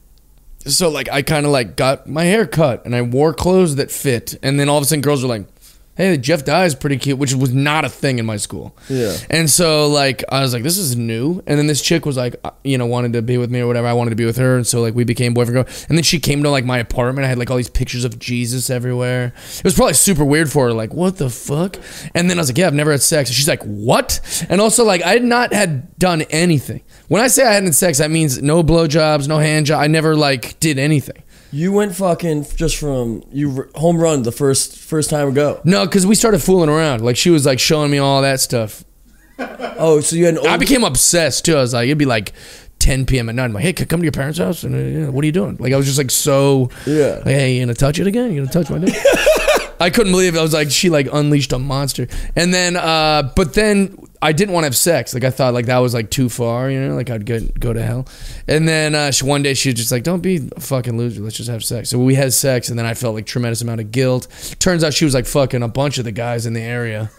[SPEAKER 2] So like I kind of like got my hair cut and I wore clothes that fit, and then all of a sudden girls were like, "Hey, Jeff Dye is pretty cute," which was not a thing in my school.
[SPEAKER 1] Yeah.
[SPEAKER 2] And so like I was like, this is new. And then this chick was like, uh, you know, wanted to be with me or whatever. I wanted to be with her, and so like we became boyfriend and girl. And then she came to like my apartment. I had like all these pictures of Jesus everywhere. It was probably super weird for her. Like, what the fuck? And then I was like, yeah, I've never had sex. And she's like, what? And also like I had not had done anything. When I say I hadn't had sex, that means no blowjobs, no hand job. I never like did anything.
[SPEAKER 1] you went fucking just from you r- home run the first first time ago.
[SPEAKER 2] No, because we started fooling around. Like she was like showing me all that stuff.
[SPEAKER 1] Oh, so you had an old.
[SPEAKER 2] I became obsessed too. I was like, it'd be like 10 p.m. at night. I'm like, hey, c- come to your parents' house and uh, yeah, what are you doing? Like, I was just like so.
[SPEAKER 1] Yeah.
[SPEAKER 2] Like, hey, you gonna touch it again? You gonna touch my dick? I couldn't believe it. I was like, she like unleashed a monster. And then, uh, but then I didn't want to have sex. Like I thought like that was like too far, you know, like I'd get, go to hell. And then uh, she, one day she was just like, don't be a fucking loser. Let's just have sex. So we had sex and then I felt like tremendous amount of guilt. Turns out she was like fucking a bunch of the guys in the area.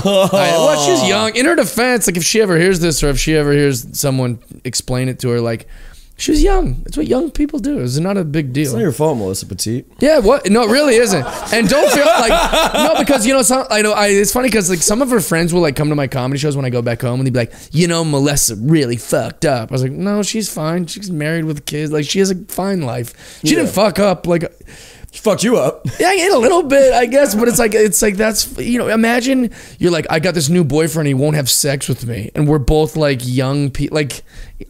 [SPEAKER 2] I, well, she's young. In her defense, like if she ever hears this or if she ever hears someone explain it to her, like she's young. That's what young people do. It's not a big deal.
[SPEAKER 1] It's not your fault, Melissa Petite.
[SPEAKER 2] Yeah, what? No, it really isn't. And don't feel like no, because you know, some, I know. I, it's funny because like some of her friends will like come to my comedy shows when I go back home, and they'd be like, "You know, Melissa really fucked up." I was like, "No, she's fine. She's married with kids. Like, she has a fine life. She didn't
[SPEAKER 1] Yeah.
[SPEAKER 2] fuck up. Like,
[SPEAKER 1] She fucked you up.
[SPEAKER 2] yeah, in a little bit, I guess, but it's like it's like that's you know, imagine you're like, I got this new boyfriend, he won't have sex with me, and we're both like young people. Like,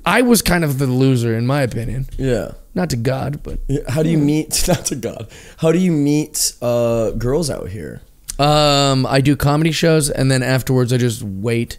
[SPEAKER 2] I was kind of the loser in my opinion,
[SPEAKER 1] Yeah.
[SPEAKER 2] not to God, but
[SPEAKER 1] Yeah, How do you meet? Not to God. How do you meet uh, girls out here?
[SPEAKER 2] um, I do comedy shows, and then afterwards, I just wait.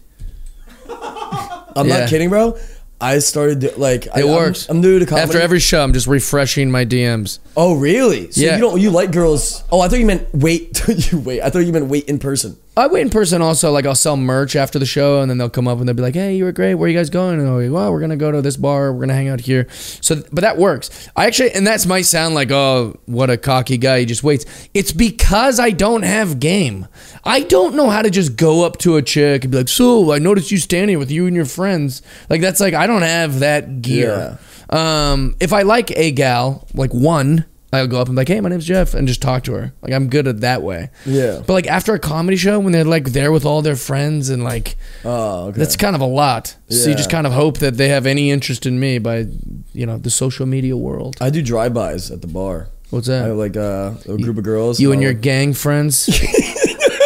[SPEAKER 1] I'm
[SPEAKER 2] Yeah.
[SPEAKER 1] not kidding, bro. I started do- like I,
[SPEAKER 2] It
[SPEAKER 1] I'm-
[SPEAKER 2] works.
[SPEAKER 1] I'm, new to comedy.
[SPEAKER 2] After every show, I'm just refreshing my DMs.
[SPEAKER 1] Oh, really? So
[SPEAKER 2] Yeah.
[SPEAKER 1] you don't you like girls? Oh, I thought you meant wait. till you wait. I thought you meant wait in person.
[SPEAKER 2] I wait in person also. Like I'll sell merch after the show, and then they'll come up and they'll be like, "Hey, you were great. Where are you guys going?" And I'll be, "Well, we're gonna go to this bar. We're gonna hang out here." So, but that works. I actually, and that's might sound like, "Oh, what a cocky guy. He just waits." It's because I don't have game. I don't know how to just go up to a chick and be like, "So, I noticed you standing with you and your friends." Like that's like I don't have that gear. Um, if I like a gal, like one. I'll go up and be like, hey, my name's Jeff, and just talk to her. Like, I'm good at that way.
[SPEAKER 1] Yeah.
[SPEAKER 2] But like after a comedy show, when they're like there with all their friends and like
[SPEAKER 1] Oh, okay.
[SPEAKER 2] that's kind of a lot. So you
[SPEAKER 1] Yeah.
[SPEAKER 2] just kind of hope that they have any interest in me by you know the social media world.
[SPEAKER 1] I do drive-bys at the bar.
[SPEAKER 2] What's
[SPEAKER 1] I
[SPEAKER 2] that?
[SPEAKER 1] have like uh, a group of girls.
[SPEAKER 2] you and
[SPEAKER 1] I'll-
[SPEAKER 2] your gang friends.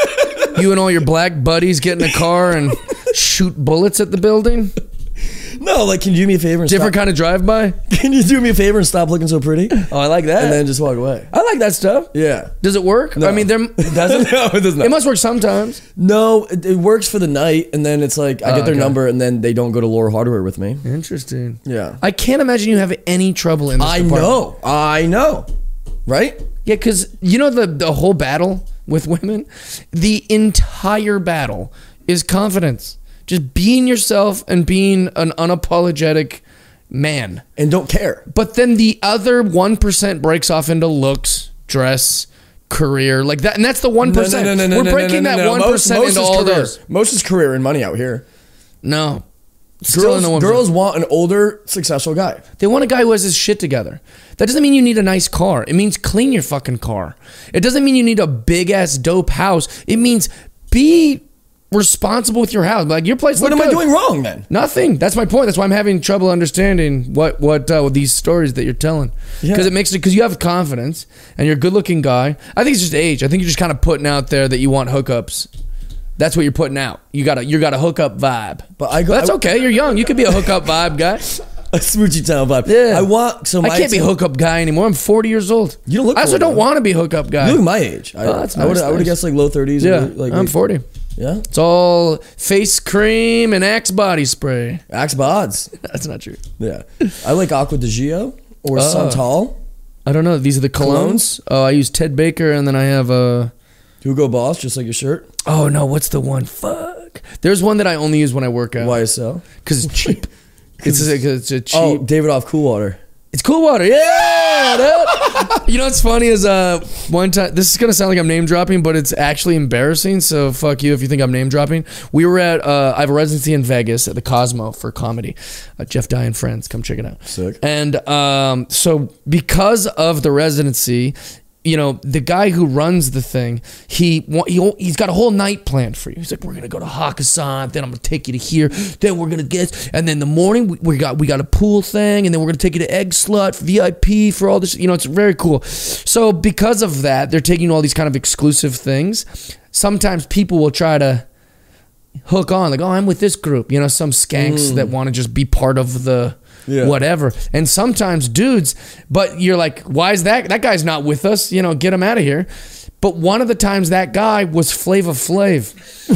[SPEAKER 2] you and all your black buddies get in a car and shoot bullets at the building.
[SPEAKER 1] no, like, can you do me a favor? And
[SPEAKER 2] Different
[SPEAKER 1] stop,
[SPEAKER 2] kind of drive by.
[SPEAKER 1] Can you do me a favor and stop looking so pretty?
[SPEAKER 2] Oh, I like that.
[SPEAKER 1] And then just walk away.
[SPEAKER 2] I like that stuff.
[SPEAKER 1] Yeah.
[SPEAKER 2] Does it work? I mean, there
[SPEAKER 1] It doesn't. no, it does
[SPEAKER 2] It
[SPEAKER 1] not.
[SPEAKER 2] must work sometimes.
[SPEAKER 1] no, it, it works for the night, and then it's like I
[SPEAKER 2] Oh,
[SPEAKER 1] get their
[SPEAKER 2] okay.
[SPEAKER 1] number, and then they don't go to Laura Hardware with me.
[SPEAKER 2] Interesting.
[SPEAKER 1] Yeah.
[SPEAKER 2] I can't imagine you have any trouble in this
[SPEAKER 1] I
[SPEAKER 2] department.
[SPEAKER 1] know. I know. Right?
[SPEAKER 2] Yeah, because you know the the whole battle with women, the entire battle is confidence. Just being yourself and being an unapologetic man.
[SPEAKER 1] And don't care.
[SPEAKER 2] But then the other one percent breaks off into looks, dress, career, like that, and that's the one percent. We're breaking that one percent into all
[SPEAKER 1] career,
[SPEAKER 2] those.
[SPEAKER 1] Moses' career and money out here.
[SPEAKER 2] No, still
[SPEAKER 1] Girls,
[SPEAKER 2] in the one.
[SPEAKER 1] girls want an older, successful guy.
[SPEAKER 2] They want a guy who has his shit together. That doesn't mean you need a nice car. It means clean your fucking car. It doesn't mean you need a big ass dope house. It means be responsible with your house. Like your place.
[SPEAKER 1] What am
[SPEAKER 2] look
[SPEAKER 1] I
[SPEAKER 2] good.
[SPEAKER 1] doing wrong then?
[SPEAKER 2] Nothing. That's my point. That's why I'm having trouble understanding what what uh, these stories that you're telling.
[SPEAKER 1] Yeah.
[SPEAKER 2] Because it makes it because you have confidence and you're a good looking guy. I think it's just age. I think you're just kind of putting out there that you want hookups. That's what you're putting out. You got a you got a hookup vibe.
[SPEAKER 1] But I go-
[SPEAKER 2] That's
[SPEAKER 1] I-
[SPEAKER 2] okay. You're young. You could be a hookup vibe guy.
[SPEAKER 1] A smoochy town vibe.
[SPEAKER 2] Yeah.
[SPEAKER 1] I want so my
[SPEAKER 2] I can't be hookup guy anymore. I'm 40 years old.
[SPEAKER 1] You don't look
[SPEAKER 2] I also
[SPEAKER 1] 40,
[SPEAKER 2] don't
[SPEAKER 1] though.
[SPEAKER 2] want to be hookup guy.
[SPEAKER 1] You look my age. I,
[SPEAKER 2] Oh, that's
[SPEAKER 1] I would
[SPEAKER 2] nice,
[SPEAKER 1] I would
[SPEAKER 2] nice.
[SPEAKER 1] have guessed like low thirties.
[SPEAKER 2] yeah,
[SPEAKER 1] like
[SPEAKER 2] I'm
[SPEAKER 1] late-
[SPEAKER 2] 40.
[SPEAKER 1] Yeah,
[SPEAKER 2] It's all face cream and Axe body spray.
[SPEAKER 1] Axe Bods.
[SPEAKER 2] That's not true.
[SPEAKER 1] Yeah, I like Aqua di Gio or
[SPEAKER 2] Uh-uh.
[SPEAKER 1] Santal,
[SPEAKER 2] I don't know. These are the colognes. Oh, I use Ted Baker, and then I have a.
[SPEAKER 1] Hugo Boss, just like your shirt.
[SPEAKER 2] Oh no, what's the one? Fuck. There's one that I only use when I work out.
[SPEAKER 1] YSL.
[SPEAKER 2] Because it's cheap. it's, a, 'cause it's a cheap.
[SPEAKER 1] Oh, David off Cool Water.
[SPEAKER 2] It's cool water. Yeah. dude. you know what's funny is uh one time this is gonna sound like I'm name dropping, but it's actually embarrassing. So fuck you if you think I'm name dropping. We were at uh, I have a residency in Vegas at the Cosmo for comedy. Uh, Jeff Dye and friends, come check it out.
[SPEAKER 1] Sick.
[SPEAKER 2] And um, so because of the residency. You know the guy who runs the thing. He wa- he he's got a whole night planned for you. He's like, we're gonna go to Hakkasan, then I'm gonna take you to here, then we're gonna get, and then the morning we, we got we got a pool thing, and then we're gonna take you to Egg Slut VIP for all this. You know, it's very cool. So because of that, they're taking all these kind of exclusive things. Sometimes people will try to hook on, like, oh, I'm with this group. You know, some skanks that want to just be part of the
[SPEAKER 1] Yeah.
[SPEAKER 2] whatever. And sometimes dudes, but you're like, why is that? That guy's not with us. You know, get him out of here. But one of the times that guy was Flava Flav.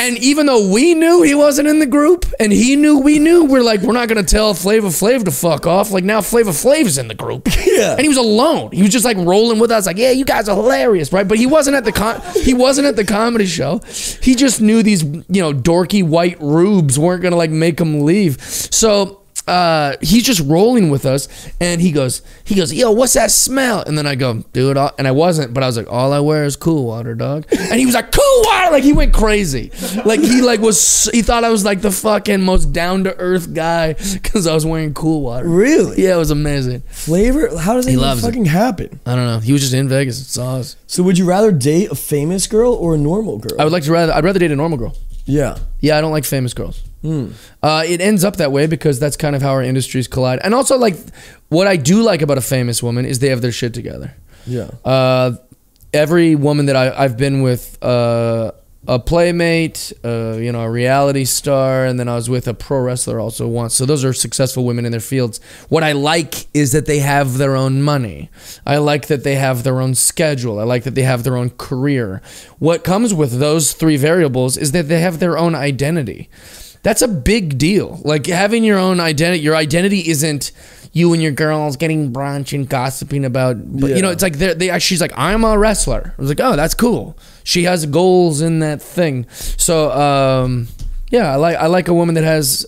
[SPEAKER 2] And even though we knew he wasn't in the group, and he knew we knew, we're like, we're not gonna tell Flavor Flav to fuck off. Like now, Flavor Flav's in the group.
[SPEAKER 1] Yeah.
[SPEAKER 2] And he was alone. He was just like rolling with us, like, yeah, you guys are hilarious, right? But he wasn't at the con. he wasn't at the comedy show. He just knew these, you know, dorky white rubes weren't gonna like make him leave. So uh, he's just rolling with us, and he goes, he goes, yo, what's that smell? And then I go, dude, I-" and I wasn't, but I was like, all I wear is cool water, dog. And he was like, cool water, like he went crazy, like he like was, he thought I was like the fucking most down to earth guy because I was wearing cool water.
[SPEAKER 1] Really?
[SPEAKER 2] Yeah, it was amazing.
[SPEAKER 1] Flavor? How does that even
[SPEAKER 2] loves it.
[SPEAKER 1] fucking happen?
[SPEAKER 2] I don't know. He was just in Vegas. and Saw us.
[SPEAKER 1] So would you rather date a famous girl or a normal girl?
[SPEAKER 2] I would like to rather. I'd rather date a normal girl.
[SPEAKER 1] yeah.
[SPEAKER 2] Yeah, I don't like famous girls. Uh, it ends up that way because that's kind of how our industries collide. And also, like, what I do like about a famous woman is they have their shit together.
[SPEAKER 1] Yeah.
[SPEAKER 2] Uh, every woman that I, I've been with, uh, a playmate, uh, you know, a reality star, and then I was with a pro wrestler also once. So those are successful women in their fields. What I like is that they have their own money. I like that they have their own schedule. I like that they have their own career. What comes with those three variables is that they have their own identity. That's a big deal. Like having your own identity, your identity isn't you and your girls getting brunch and gossiping about, but you know,
[SPEAKER 1] Yeah.
[SPEAKER 2] it's like they're, they she's like i'm a wrestler i was like oh that's cool she has goals in that thing so um yeah i like i like a woman that has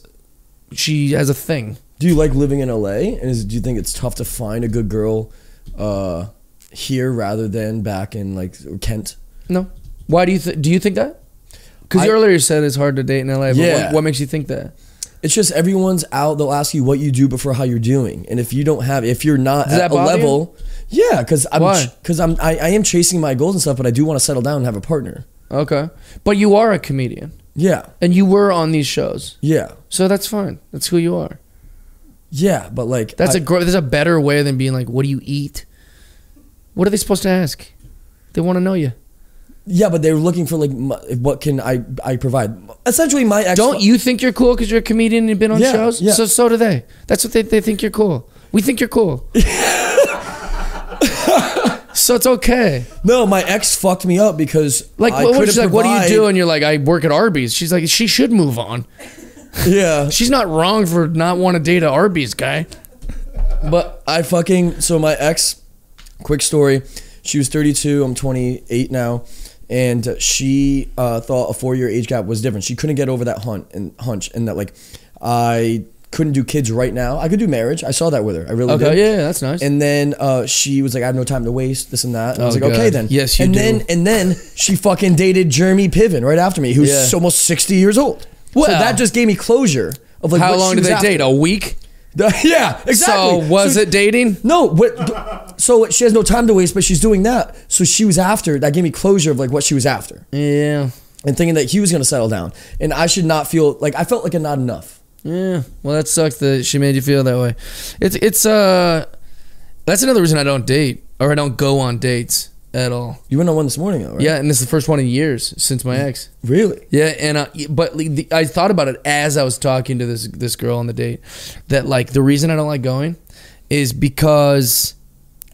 [SPEAKER 2] she has a thing
[SPEAKER 1] Do you like living in LA? And is, do you think it's tough to find a good girl uh, here rather than back in like Kent?
[SPEAKER 2] no why do you th- do you think that because
[SPEAKER 1] I-
[SPEAKER 2] you earlier said it's hard to date in la but
[SPEAKER 1] Yeah.
[SPEAKER 2] what, what makes you think that
[SPEAKER 1] It's just everyone's out. They'll ask you what you do before how you're doing, and if you don't have, if you're not
[SPEAKER 2] Does
[SPEAKER 1] at
[SPEAKER 2] that
[SPEAKER 1] a
[SPEAKER 2] bother you?
[SPEAKER 1] level, yeah, because I'm
[SPEAKER 2] Why?
[SPEAKER 1] because I'm I, I am chasing my goals and stuff, but I do want to settle down and have a partner.
[SPEAKER 2] okay but you are a comedian
[SPEAKER 1] Yeah,
[SPEAKER 2] and you were on these shows
[SPEAKER 1] yeah,
[SPEAKER 2] so that's fine that's who you are
[SPEAKER 1] yeah. But like
[SPEAKER 2] that's
[SPEAKER 1] I-
[SPEAKER 2] a gr- that's a better way than being like what do you eat what are they supposed to ask they want to know you
[SPEAKER 1] yeah, but they're looking for like my, what can I I provide? Essentially, my ex
[SPEAKER 2] Don't you think you're cool because you're a comedian and you've been on
[SPEAKER 1] Yeah,
[SPEAKER 2] shows?
[SPEAKER 1] yeah.
[SPEAKER 2] So so do they. That's what they, they think you're cool. We think you're cool. so it's okay.
[SPEAKER 1] no my ex fucked me up because
[SPEAKER 2] Like
[SPEAKER 1] I
[SPEAKER 2] what, what-
[SPEAKER 1] couldn't
[SPEAKER 2] she's like, what do you
[SPEAKER 1] provide-
[SPEAKER 2] do? And you're like, I work at Arby's. She's like, she should move on.
[SPEAKER 1] yeah
[SPEAKER 2] She's not wrong for not wanting to date an Arby's guy.
[SPEAKER 1] But I fucking so my ex, quick story. She was 32. I'm 28 now, and she uh, thought a four year age gap was different. She couldn't get over that hunt and hunch, and that like I couldn't do kids right now. I could do marriage. I saw that with her. I really
[SPEAKER 2] Okay,
[SPEAKER 1] did.
[SPEAKER 2] yeah, that's nice.
[SPEAKER 1] And then uh, she was like, I have no time to waste. This and that. And I was
[SPEAKER 2] Oh,
[SPEAKER 1] like, okay
[SPEAKER 2] God.
[SPEAKER 1] then.
[SPEAKER 2] Yes, you
[SPEAKER 1] And
[SPEAKER 2] do.
[SPEAKER 1] then and then she fucking dated Jeremy Piven right after me, who's
[SPEAKER 2] Yeah.
[SPEAKER 1] almost 60 years old. Well,
[SPEAKER 2] Well-
[SPEAKER 1] so that just gave me closure of like
[SPEAKER 2] How
[SPEAKER 1] what
[SPEAKER 2] long
[SPEAKER 1] she
[SPEAKER 2] did
[SPEAKER 1] was
[SPEAKER 2] they
[SPEAKER 1] after.
[SPEAKER 2] date? A week.
[SPEAKER 1] yeah, exactly.
[SPEAKER 2] So was
[SPEAKER 1] So-
[SPEAKER 2] it dating?
[SPEAKER 1] no, but so she has no time to waste, but she's doing that. So she was after that gave me closure of like what she was after,
[SPEAKER 2] Yeah.
[SPEAKER 1] and thinking that he was gonna settle down, and I should not feel like I felt like a not enough.
[SPEAKER 2] Yeah. Well, that sucks that she made you feel that way. It's it's uh that's another reason I don't date or I don't go on dates at all.
[SPEAKER 1] You went on one this morning, though, right?
[SPEAKER 2] Yeah, and this is the first one in years since my ex.
[SPEAKER 1] really.
[SPEAKER 2] Yeah, and I, but like, the, I thought about it as I was talking to this this girl on the date that like the reason I don't like going is because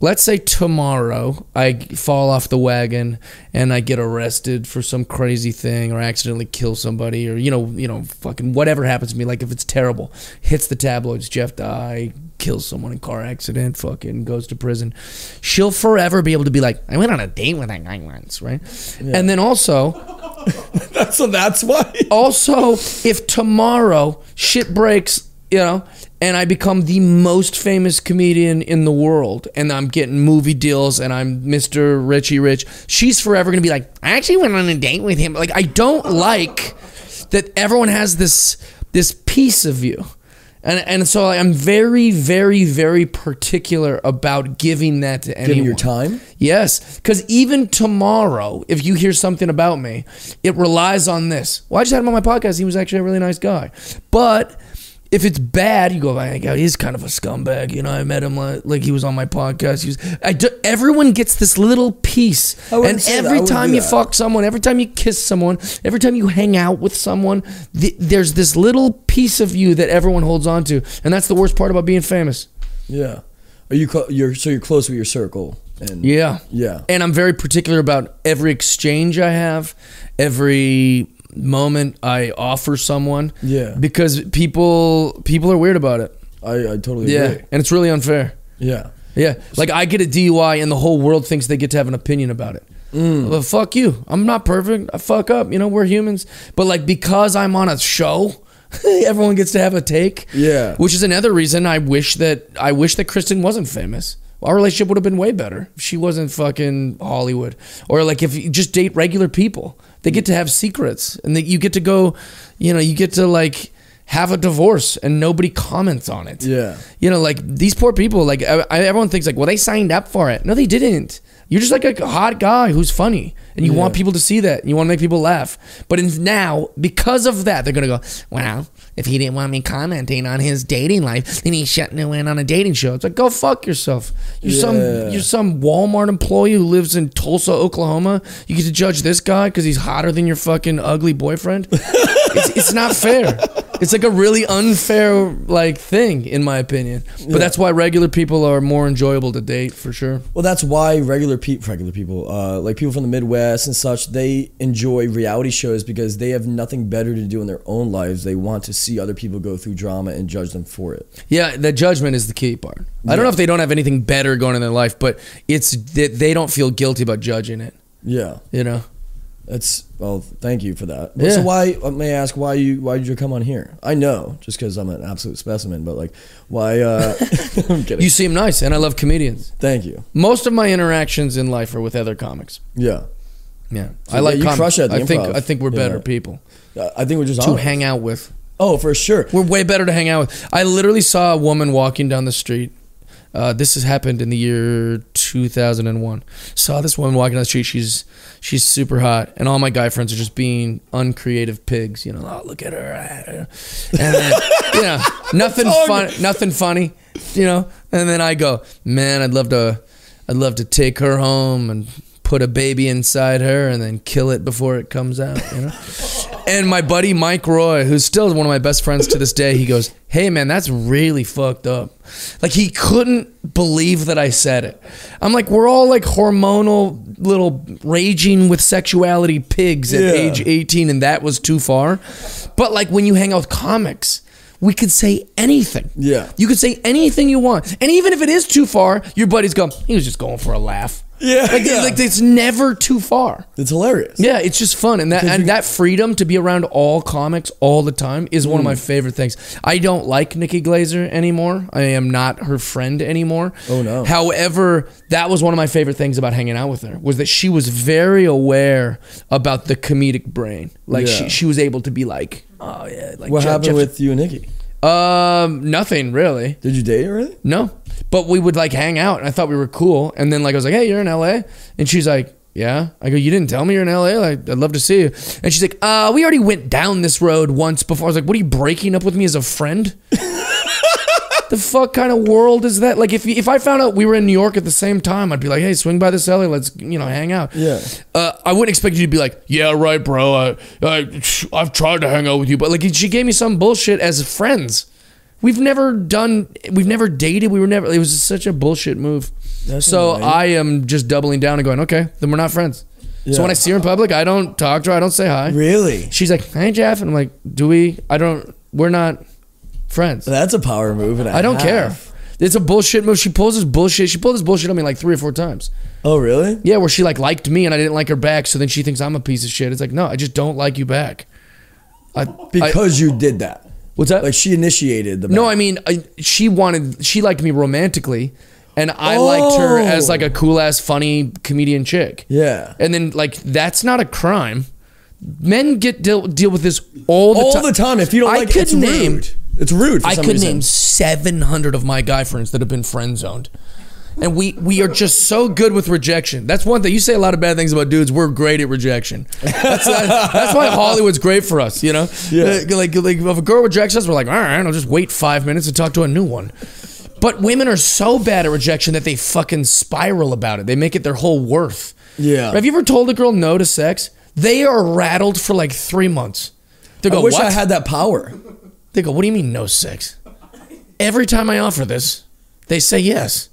[SPEAKER 2] let's say tomorrow I fall off the wagon and I get arrested for some crazy thing or accidentally kill somebody or you know you know fucking whatever happens to me like if it's terrible hits the tabloids Jeff die kills someone in car accident fucking goes to prison she'll forever be able to be like I went on a date with that guy once right and then also
[SPEAKER 1] so that's why.
[SPEAKER 2] also, if tomorrow shit breaks, you know, and I become the most famous comedian in the world, and I'm getting movie deals, and I'm Mr. Richie Rich, she's forever gonna be like, I actually went on a date with him. Like, I don't like that everyone has this this piece of you. And, and so I'm very, very, very particular about giving that to anyone.
[SPEAKER 1] Giving your time?
[SPEAKER 2] Yes, because even tomorrow, if you hear something about me, it relies on this. Well, I just had him on my podcast. He was actually a really nice guy. But if it's bad, you go, my God, he's kind of a scumbag. You know, I met him like, like he was on my podcast. He was, I do, everyone gets this little piece.
[SPEAKER 1] I wouldn't
[SPEAKER 2] And
[SPEAKER 1] say that. I
[SPEAKER 2] every
[SPEAKER 1] wouldn't
[SPEAKER 2] time
[SPEAKER 1] do
[SPEAKER 2] you
[SPEAKER 1] that.
[SPEAKER 2] fuck someone, every time you kiss someone, every time you hang out with someone, th- there's this little piece of you that everyone holds on to. And that's the worst part about being famous.
[SPEAKER 1] Yeah. Are you clo- you're so you're close with your circle and
[SPEAKER 2] Yeah.
[SPEAKER 1] yeah
[SPEAKER 2] And I'm very particular about every exchange I have, every moment I offer someone.
[SPEAKER 1] Yeah.
[SPEAKER 2] Because people people are weird about it.
[SPEAKER 1] I, I totally
[SPEAKER 2] Yeah.
[SPEAKER 1] agree.
[SPEAKER 2] And it's really unfair.
[SPEAKER 1] Yeah.
[SPEAKER 2] Yeah. Like I get a DUI and the whole world thinks they get to have an opinion about it.
[SPEAKER 1] Mm.
[SPEAKER 2] But fuck you. I'm not perfect. I fuck up. You know, we're humans. But like because I'm on a show, everyone gets to have a take.
[SPEAKER 1] Yeah.
[SPEAKER 2] Which is another reason I wish that I wish that Kristen wasn't famous. Our relationship would have been way better if she wasn't fucking Hollywood. Or like if you just date regular people. They get to have secrets and that you get to go, you know, you get to like have a divorce and nobody comments on it.
[SPEAKER 1] Yeah.
[SPEAKER 2] You know, like these poor people, like I, I- everyone thinks like, well, they signed up for it. No, they didn't. You're just like a hot guy who's funny and you want people to see that. And you want to make people laugh. But in, now, because of that, they're going to go, well, if he didn't want me commenting on his dating life, then he shouldn't have went on a dating show. It's like, go fuck yourself. You're
[SPEAKER 1] Yeah.
[SPEAKER 2] some you're some Walmart employee who lives in Tulsa, Oklahoma. You get to judge this guy because he's hotter than your fucking ugly boyfriend. it's, it's not fair. It's like a really unfair like thing, in my opinion. But that's why regular people are more enjoyable to date for sure.
[SPEAKER 1] Well, that's why regular people, regular people, uh, like people from the Midwest and such, they enjoy reality shows because they have nothing better to do in their own lives. They want to see other people go through drama and judge them for it.
[SPEAKER 2] Yeah, the judgment is the key part. I don't know if they don't have anything better going in their life, but it's that they don't feel guilty about judging it.
[SPEAKER 1] Yeah,
[SPEAKER 2] You know.
[SPEAKER 1] that's well. Thank you for that.
[SPEAKER 2] Yeah.
[SPEAKER 1] So why uh, may I ask why you why did you come on here? I know just because I'm an absolute specimen, but like why? Uh, I'm kidding.
[SPEAKER 2] You seem nice, and I love comedians.
[SPEAKER 1] thank you.
[SPEAKER 2] Most of my interactions in life are with other comics.
[SPEAKER 1] Yeah,
[SPEAKER 2] Yeah,
[SPEAKER 1] So
[SPEAKER 2] I
[SPEAKER 1] yeah,
[SPEAKER 2] like.
[SPEAKER 1] you
[SPEAKER 2] comics.
[SPEAKER 1] crush it at the
[SPEAKER 2] I think
[SPEAKER 1] improv.
[SPEAKER 2] I think we're
[SPEAKER 1] Yeah.
[SPEAKER 2] better people
[SPEAKER 1] Uh, I think we're just
[SPEAKER 2] to
[SPEAKER 1] honest.
[SPEAKER 2] hang out with.
[SPEAKER 1] Oh, for sure.
[SPEAKER 2] We're way better to hang out with. I literally saw a woman walking down the street. Uh, this has happened in the year 2001. Saw this woman walking down the street. She's she's super hot, and all my guy friends are just being uncreative pigs. You know, oh look at her, and then, you know nothing fun, nothing funny. You know, and then I go, man, I'd love to, I'd love to take her home and put a baby inside her and then kill it before it comes out. You know. And my buddy Mike Roy, who's still one of my best friends to this day, he goes, "Hey man, that's really fucked up." Like he couldn't believe that I said it. I'm like, we're all like hormonal little raging with sexuality pigs at
[SPEAKER 1] Yeah.
[SPEAKER 2] age 18 and that was too far. But like when you hang out with comics, we could say anything.
[SPEAKER 1] Yeah.
[SPEAKER 2] You could say anything you want. And even if it is too far, your buddy's going, "He was just going for a laugh."
[SPEAKER 1] Yeah,
[SPEAKER 2] Like,
[SPEAKER 1] yeah.
[SPEAKER 2] like it's never too far.
[SPEAKER 1] It's hilarious.
[SPEAKER 2] Yeah, it's just fun, and that and that freedom to be around all comics all the time is one of my
[SPEAKER 1] Mm.
[SPEAKER 2] favorite things. I don't like Nikki Glazer anymore. I am not her friend anymore.
[SPEAKER 1] Oh, no.
[SPEAKER 2] However, that was one of my favorite things about hanging out with her was that she was very aware about the comedic brain. Like
[SPEAKER 1] Yeah.
[SPEAKER 2] she, she was able to be like, oh yeah, like
[SPEAKER 1] What
[SPEAKER 2] Jeff-
[SPEAKER 1] happened
[SPEAKER 2] Jeff-
[SPEAKER 1] with you and Nikki?
[SPEAKER 2] um nothing really.
[SPEAKER 1] Did you date or anything?
[SPEAKER 2] No. But we would like hang out and I thought we were cool. And then like I was like, Hey, you're in LA? And she's like, Yeah. I go, You didn't tell me you're in LA? Like, I'd love to see you. And she's like, uh, we already went down this road once before. I was like, What are you breaking up with me as a friend? the fuck kind of world is that? Like if if I found out we were in New York at the same time, I'd be like, Hey, swing by this LA, let's you know, hang out.
[SPEAKER 1] Yeah.
[SPEAKER 2] Uh, I wouldn't expect you to be like, yeah, right, bro. I, I, I've tried to hang out with you, but like, she gave me some bullshit as friends. We've never done, we've never dated. We were never. It was just such a bullshit move.
[SPEAKER 1] That's
[SPEAKER 2] so
[SPEAKER 1] annoying.
[SPEAKER 2] I am just doubling down and going, okay, then we're not friends.
[SPEAKER 1] Yeah.
[SPEAKER 2] So when I see her in public, I don't talk to her. I don't say hi.
[SPEAKER 1] Really?
[SPEAKER 2] She's like, hey, Jeff, and I'm like, do we? I don't. We're not friends.
[SPEAKER 1] That's a power move. And I
[SPEAKER 2] I don't care. It's a bullshit move. She pulls this bullshit. She pulled this bullshit on me like three or four times.
[SPEAKER 1] Oh, really?
[SPEAKER 2] Yeah, where she like liked me and I didn't like her back, so then she thinks I'm a piece of shit. It's like, no, I just don't like you back. I, I-
[SPEAKER 1] Because you did that.
[SPEAKER 2] what's that?
[SPEAKER 1] Like she initiated the.
[SPEAKER 2] no, I mean, I, she wanted, she liked me romantically, and I liked her
[SPEAKER 1] Oh.
[SPEAKER 2] as like a cool ass, funny comedian chick.
[SPEAKER 1] Yeah.
[SPEAKER 2] And then like that's not a crime. Men get deal, deal with this all the
[SPEAKER 1] All
[SPEAKER 2] time.
[SPEAKER 1] the time. If you don't
[SPEAKER 2] I
[SPEAKER 1] like,
[SPEAKER 2] could
[SPEAKER 1] it's
[SPEAKER 2] name-
[SPEAKER 1] rude. It's rude. For
[SPEAKER 2] I
[SPEAKER 1] some
[SPEAKER 2] could
[SPEAKER 1] reason.
[SPEAKER 2] name 700 of my guy friends that have been friend zoned. And we, we are just so good with rejection. That's one thing. You say a lot of bad things about dudes. We're great at rejection. That's, uh, that's why Hollywood's great for us, you know?
[SPEAKER 1] Yeah.
[SPEAKER 2] Uh, Like, like, if a girl rejects us, we're like, all right, I'll just wait five minutes and talk to a new one. But women are so bad at rejection that they fucking spiral about it. They make it their whole worth.
[SPEAKER 1] Yeah.
[SPEAKER 2] Have you ever told a girl no to sex? They are rattled for like three months. They
[SPEAKER 1] I
[SPEAKER 2] go,
[SPEAKER 1] wish
[SPEAKER 2] what?
[SPEAKER 1] I had that power.
[SPEAKER 2] They go, What do you mean no sex? Every time I offer this, they say yes.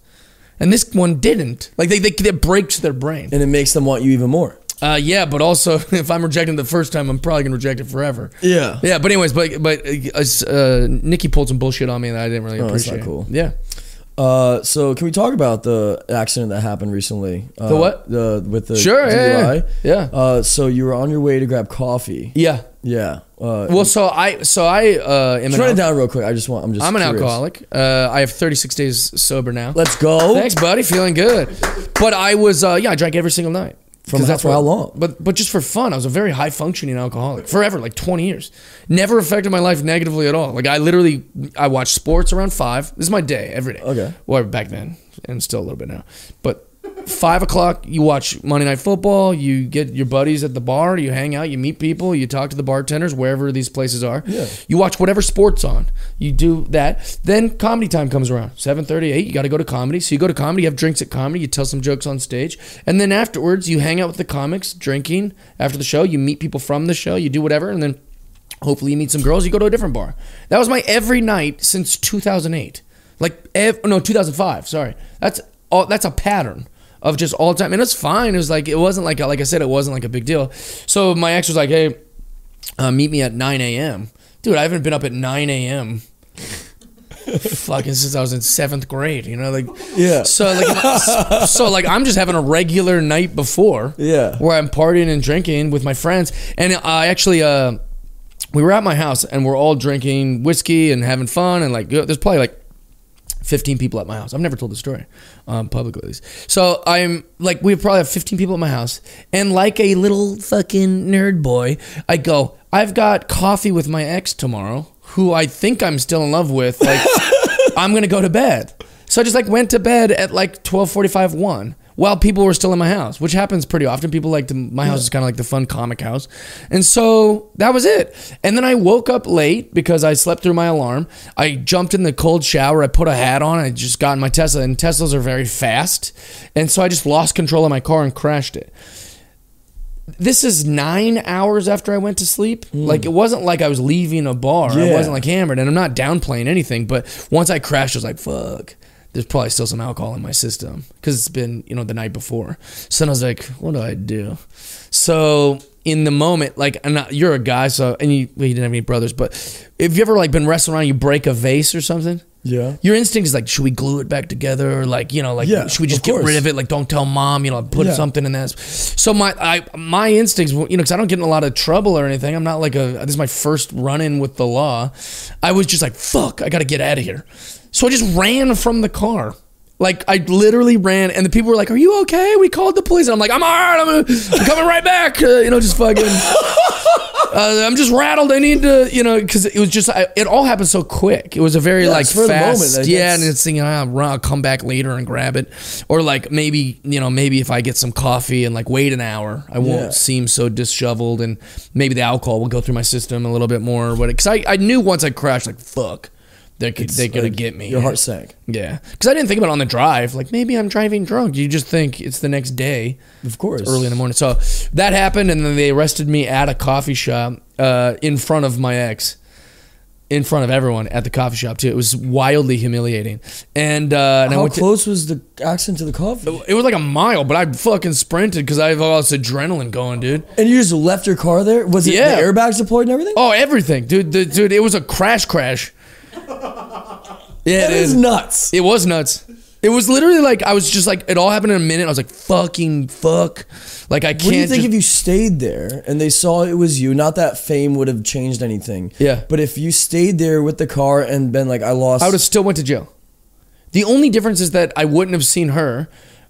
[SPEAKER 2] And this one didn't. Like they, they it breaks their brain.
[SPEAKER 1] And it makes them want you even more.
[SPEAKER 2] Uh, yeah, but also if I'm rejecting the first time, I'm probably gonna reject it forever.
[SPEAKER 1] Yeah.
[SPEAKER 2] Yeah, but anyways, but but uh, uh, Nikki pulled some bullshit on me that I didn't really
[SPEAKER 1] Oh, that's
[SPEAKER 2] appreciate.
[SPEAKER 1] not cool.
[SPEAKER 2] Yeah.
[SPEAKER 1] Uh, so can we talk about the accident that happened recently? Uh,
[SPEAKER 2] what?
[SPEAKER 1] The with the
[SPEAKER 2] Sure, yeah,
[SPEAKER 1] DUI.
[SPEAKER 2] yeah, yeah.
[SPEAKER 1] Uh, so you were on your way to grab coffee.
[SPEAKER 2] Yeah.
[SPEAKER 1] Yeah. Uh,
[SPEAKER 2] Well, so I so I uh, am an,
[SPEAKER 1] just run it
[SPEAKER 2] al-
[SPEAKER 1] down real quick. I just want. I'm just.
[SPEAKER 2] I'm an
[SPEAKER 1] curious.
[SPEAKER 2] alcoholic. Uh, I have 36 days sober now.
[SPEAKER 1] Let's go.
[SPEAKER 2] Thanks, buddy. Feeling good. But I was, uh, yeah, I drank every single night.
[SPEAKER 1] From
[SPEAKER 2] 'Cause
[SPEAKER 1] how- for
[SPEAKER 2] what-
[SPEAKER 1] how long?
[SPEAKER 2] But but just for fun. I was a very high functioning alcoholic forever, like 20 years. Never affected my life negatively at all. Like I literally, I watched sports around five. This is my day every day.
[SPEAKER 1] Okay.
[SPEAKER 2] Well, back then, and still a little bit now. But five o'clock, you watch Monday Night Football. You get your buddies at the bar. You hang out. You meet people. You talk to the bartenders wherever these places are.
[SPEAKER 1] Yeah.
[SPEAKER 2] You watch whatever sports on. You do that. Then comedy time comes around. 7:30, 8, you got to go to comedy. So you go to comedy, you have drinks at comedy, you tell some jokes on stage, and then afterwards you hang out with the comics, drinking after the show, you meet people from the show, you do whatever and then hopefully you meet some girls, you go to a different bar. That was my every night since 2008. Like ev- no, 2005, sorry. That's all that's a pattern of just all time and it's fine. It was like it wasn't like like I said it wasn't like a big deal. So my ex was like, "Hey, uh, meet me at 9 a.m. Dude, I haven't been up at 9 a.m. fucking since I was in seventh grade. You know, like
[SPEAKER 1] Yeah.
[SPEAKER 2] So like, my- so like, I'm just having a regular night before.
[SPEAKER 1] Yeah.
[SPEAKER 2] Where I'm partying and drinking with my friends, and I actually uh, we were at my house and we're all drinking whiskey and having fun and like there's probably like 15 people at my house. I've never told the story um, publicly, at least. So I'm like, we probably have 15 people at my house. And like a little fucking nerd boy, I go, I've got coffee with my ex tomorrow, who I think I'm still in love with. Like, I'm going to go to bed. So I just like went to bed at like 1245, 1 while people were still in my house, which happens pretty often. People like to, my house is kind of like the fun comic house. And so that was it. And then I woke up late because I slept through my alarm. I jumped in the cold shower. I put a hat on. I just got in my Tesla, and Teslas are very fast. And so I just lost control of my car and crashed it this is nine hours after I went to sleep. Like it wasn't like I was leaving a bar. I
[SPEAKER 1] Hmm. Yeah.
[SPEAKER 2] wasn't like hammered, and I'm not downplaying anything. But once I crashed, I was like, "Fuck." There's probably still some alcohol in my system because it's been you know the night before. So then I was like, "What do I do?" So in the moment, like, and I- you're a guy, so and you, well, you didn't have any brothers, but if you ever like been wrestling around, you break a vase or something.
[SPEAKER 1] Yeah.
[SPEAKER 2] Your instinct is like, should we glue it back together? Or like, you know, like,
[SPEAKER 1] Yeah,
[SPEAKER 2] should we just
[SPEAKER 1] of
[SPEAKER 2] get
[SPEAKER 1] course.
[SPEAKER 2] rid of it? Like, don't tell mom, you know, put
[SPEAKER 1] Yeah.
[SPEAKER 2] something in that. So my, I, my instincts, were- you know, cause I don't get in a lot of trouble or anything. I'm not like a, this is my first run in with the law. I was just like, fuck, I got to get out of here. So I just ran from the car. Like I literally ran, and the people were like, "Are you okay?" We called the police, and I'm like, "I'm all right. I'm, I'm coming right back." Uh, you know, just fucking. uh, I'm just rattled. I need to, you know, because it was just, I, it all happened so quick. It was a very
[SPEAKER 1] Yeah,
[SPEAKER 2] like
[SPEAKER 1] it's for the
[SPEAKER 2] fast,
[SPEAKER 1] moment, like,
[SPEAKER 2] yeah,
[SPEAKER 1] that's-
[SPEAKER 2] and it's thinking, ah, rah, I'll come back later and grab it, or like maybe, you know, maybe if I get some coffee and like wait an hour, I won't
[SPEAKER 1] Yeah.
[SPEAKER 2] seem so disheveled, and maybe the alcohol will go through my system a little bit more, or what? Because I, I knew once I crashed, like fuck, they're they're gonna
[SPEAKER 1] Like,
[SPEAKER 2] get me.
[SPEAKER 1] Your heart sank.
[SPEAKER 2] yeah, because I didn't think about it on the drive. Like maybe I'm driving drunk. You just think it's the next day
[SPEAKER 1] Of course.
[SPEAKER 2] early in the morning. So that happened, and then they arrested me at a coffee shop uh, in front of my ex, in front of everyone at the coffee shop too. It was wildly humiliating, and, uh, and I
[SPEAKER 1] How
[SPEAKER 2] went to-
[SPEAKER 1] close was the accident to the coffee?
[SPEAKER 2] it was like a mile, but I fucking sprinted because I have all this adrenaline going, dude.
[SPEAKER 1] And you just left your car there? Was it
[SPEAKER 2] Yeah.
[SPEAKER 1] the airbags deployed and everything?
[SPEAKER 2] Oh, everything, dude, dude, dude. It was a crash, crash. Yeah,
[SPEAKER 1] that
[SPEAKER 2] it
[SPEAKER 1] is
[SPEAKER 2] is.
[SPEAKER 1] nuts.
[SPEAKER 2] It was nuts. It was literally like I was just like it all happened in a minute. I was like, "Fucking fuck!" Like I can't.
[SPEAKER 1] What do you think
[SPEAKER 2] just-
[SPEAKER 1] if you stayed there and they saw it was you? Not that fame would have changed anything.
[SPEAKER 2] Yeah.
[SPEAKER 1] But if you stayed there with the car and been like, I lost.
[SPEAKER 2] I would have still went to jail. The only difference is that I wouldn't have seen her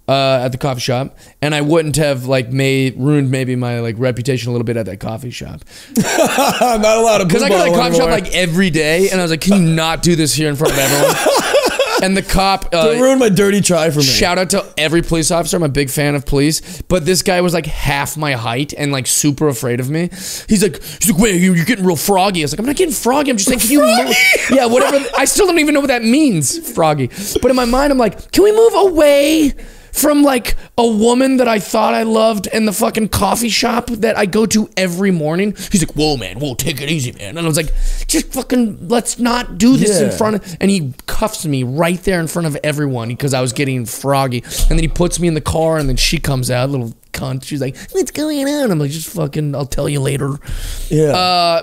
[SPEAKER 2] uh, at the coffee shop, and I wouldn't have like made ruined maybe my like reputation a little bit at that coffee shop
[SPEAKER 1] I'm not allowed to.
[SPEAKER 2] because I go to
[SPEAKER 1] boo-ball
[SPEAKER 2] that coffee shop
[SPEAKER 1] anymore.
[SPEAKER 2] like every day, and I was like, "Can you not do this here in front of everyone?" and the cop uh,
[SPEAKER 1] Don't ruin my dirty try for me.
[SPEAKER 2] Shout out to every police officer. I'm a big fan of police, but this guy was like half my height and like super afraid of me. He's like, he's like, wait, you- you're getting real froggy. I was like, I'm not getting froggy. I'm just saying, can you move? Yeah, whatever. I still don't even know what that means, froggy. But in my mind, I'm like, can we move away? From like a woman that I thought I loved and the fucking coffee shop that I go to every morning. He's like, "Whoa, man, whoa, take it easy, man." And I was like, "Just fucking, let's not do this in
[SPEAKER 1] Yeah.
[SPEAKER 2] front of." and he cuffs me right there in front of everyone because I was getting froggy. And then he puts me in the car, and then she comes out, little cunt. She's like, what's going on? I'm like, just fucking, I'll tell you later.
[SPEAKER 1] Yeah.
[SPEAKER 2] Uh,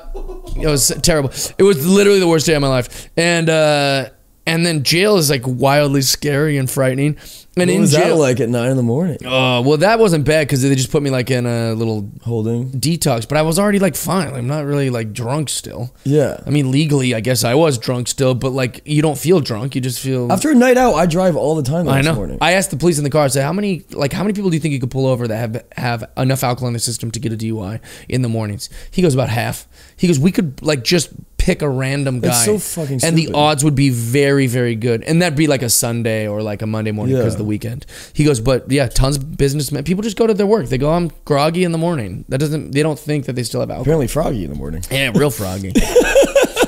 [SPEAKER 2] it was terrible. It was literally the worst day of my life. And uh, and then jail is like wildly scary and frightening. And
[SPEAKER 1] what
[SPEAKER 2] in
[SPEAKER 1] was
[SPEAKER 2] jail,
[SPEAKER 1] that like at nine in the morning?
[SPEAKER 2] uh, well, that wasn't bad because they just put me like in a little
[SPEAKER 1] Holding.
[SPEAKER 2] detox. But I was already like fine. I'm not really like drunk still.
[SPEAKER 1] Yeah.
[SPEAKER 2] I mean, legally, I guess I was drunk still, but like you don't feel drunk. You just feel.
[SPEAKER 1] After a night out, I drive all the time the
[SPEAKER 2] I
[SPEAKER 1] next
[SPEAKER 2] know.
[SPEAKER 1] morning.
[SPEAKER 2] I asked the police in the car. I said, "How many like how many people do you think you could pull over that have have enough alcohol in their system to get a DUI in the mornings?" He goes, "About half." He goes, "We could like just pick a random guy,
[SPEAKER 1] That's so fucking
[SPEAKER 2] and the
[SPEAKER 1] stupid.
[SPEAKER 2] odds would be very, very good, and that'd be like a Sunday or like a Monday morning
[SPEAKER 1] Yeah.
[SPEAKER 2] because the weekend." He goes, "But yeah, tons of businessmen. People just go to their work. They go, I'm groggy in the morning. That doesn't. They don't think that they still have alcohol.
[SPEAKER 1] Apparently froggy in the morning.
[SPEAKER 2] Yeah, real froggy."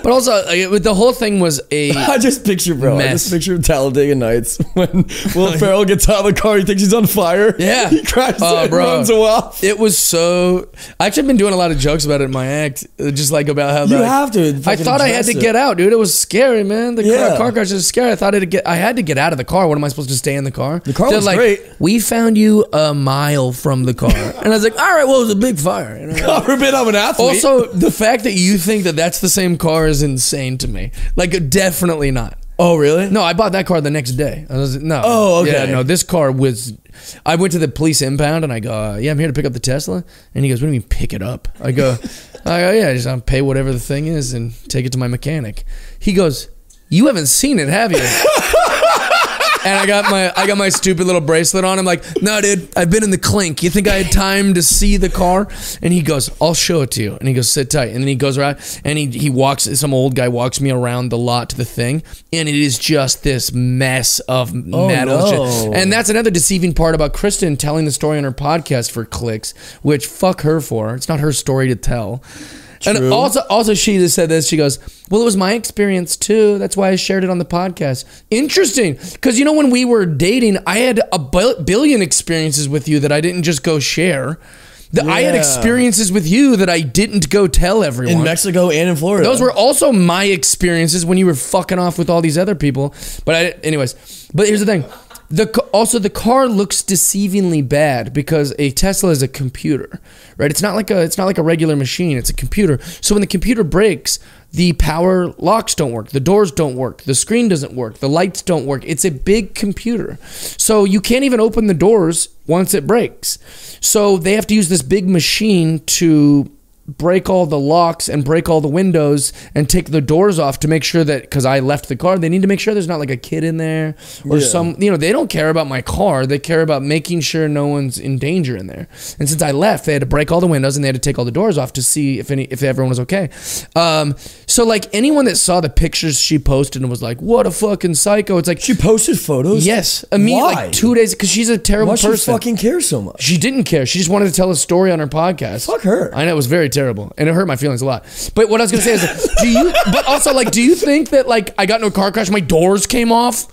[SPEAKER 2] but also, like, the whole thing was a.
[SPEAKER 1] I just picture, bro. I
[SPEAKER 2] Mess.
[SPEAKER 1] just picture Talladega Nights when Will Ferrell gets out of the car. He thinks he's on fire.
[SPEAKER 2] Yeah.
[SPEAKER 1] He crashes
[SPEAKER 2] Oh,
[SPEAKER 1] and
[SPEAKER 2] bro.
[SPEAKER 1] runs off.
[SPEAKER 2] It was so. I actually have been doing a lot of jokes about it in my act, uh, just like about how
[SPEAKER 1] You
[SPEAKER 2] like-
[SPEAKER 1] have to
[SPEAKER 2] I
[SPEAKER 1] fucking
[SPEAKER 2] thought I had
[SPEAKER 1] address
[SPEAKER 2] to
[SPEAKER 1] it.
[SPEAKER 2] get out, dude. It was scary, man. The
[SPEAKER 1] Yeah.
[SPEAKER 2] car, car crash is scary. I thought it get. I had to get out of the car. What am I supposed to stay in the car? The
[SPEAKER 1] car was great.
[SPEAKER 2] We found you a mile from the car, and I was like, all right, well, it was a big fire. And I was like,
[SPEAKER 1] God forbid I'm an athlete.
[SPEAKER 2] also, the fact that you think that that's the same car is insane to me. Like, definitely not.
[SPEAKER 1] oh really?
[SPEAKER 2] No, I bought that car the next day. I was no.
[SPEAKER 1] Oh, okay.
[SPEAKER 2] Yeah, no, this car was. I went to the police impound and I go, uh, "Yeah, I'm here to pick up the Tesla." And he goes, "What do you mean pick it up?" I go, "I go, yeah, just I'll pay whatever the thing is and take it to my mechanic." He goes, "You haven't seen it, have you?" and I got my I got my stupid little bracelet on. I'm like, "No, dude, I've been in the clink. You think I had time to see the car?" And he goes, "I'll show it to you." And he goes, "Sit tight." And then he goes around and he he walks. Some old guy walks me around the lot to the thing, and it is just this mess of metal. and shit.
[SPEAKER 1] no.
[SPEAKER 2] And that's another deceiving part about Kristen telling the story on her podcast for clicks, which fuck her for. It's not her story to tell. And
[SPEAKER 1] True.
[SPEAKER 2] also, also she just said this. She goes, "Well, it was my experience too. That's why I shared it on the podcast." Interesting, because you know when we were dating, I had a bil- billion experiences with you that I didn't just go share. That I had
[SPEAKER 1] Yeah.
[SPEAKER 2] experiences with you that I didn't go tell everyone.
[SPEAKER 1] in Mexico and in Florida.
[SPEAKER 2] Those were also my experiences when you were fucking off with all these other people. But I, anyways, but here's the thing. The, ca- also the car looks deceivingly bad because a Tesla is a computer, right? It's not like a it's not like a regular machine. It's a computer. So when the computer breaks, the power locks don't work, the doors don't work, the screen doesn't work, the lights don't work. It's a big computer, so you can't even open the doors once it breaks. So they have to use this big machine to break all the locks and break all the windows and take the doors off to make sure that because I left the car, they need to make sure there's not like a kid in there or
[SPEAKER 1] Yeah.
[SPEAKER 2] some you know they don't care about my car. They care about making sure no one's in danger in there. And since I left, they had to break all the windows and they had to take all the doors off to see if any if everyone was okay. Um, so like anyone that saw the pictures she posted and was like, "What a fucking psycho!" It's like
[SPEAKER 1] She posted photos.
[SPEAKER 2] yes, immediately
[SPEAKER 1] Why?
[SPEAKER 2] like two days because she's a terrible
[SPEAKER 1] Why she
[SPEAKER 2] person.
[SPEAKER 1] fucking care so much?
[SPEAKER 2] She didn't care. She just wanted to tell a story on her podcast.
[SPEAKER 1] Fuck her.
[SPEAKER 2] I know it was very terrible, and it hurt my feelings a lot. But what I was gonna say is, like, do you? But also, like, do you think that like I got into a car crash, my doors came off?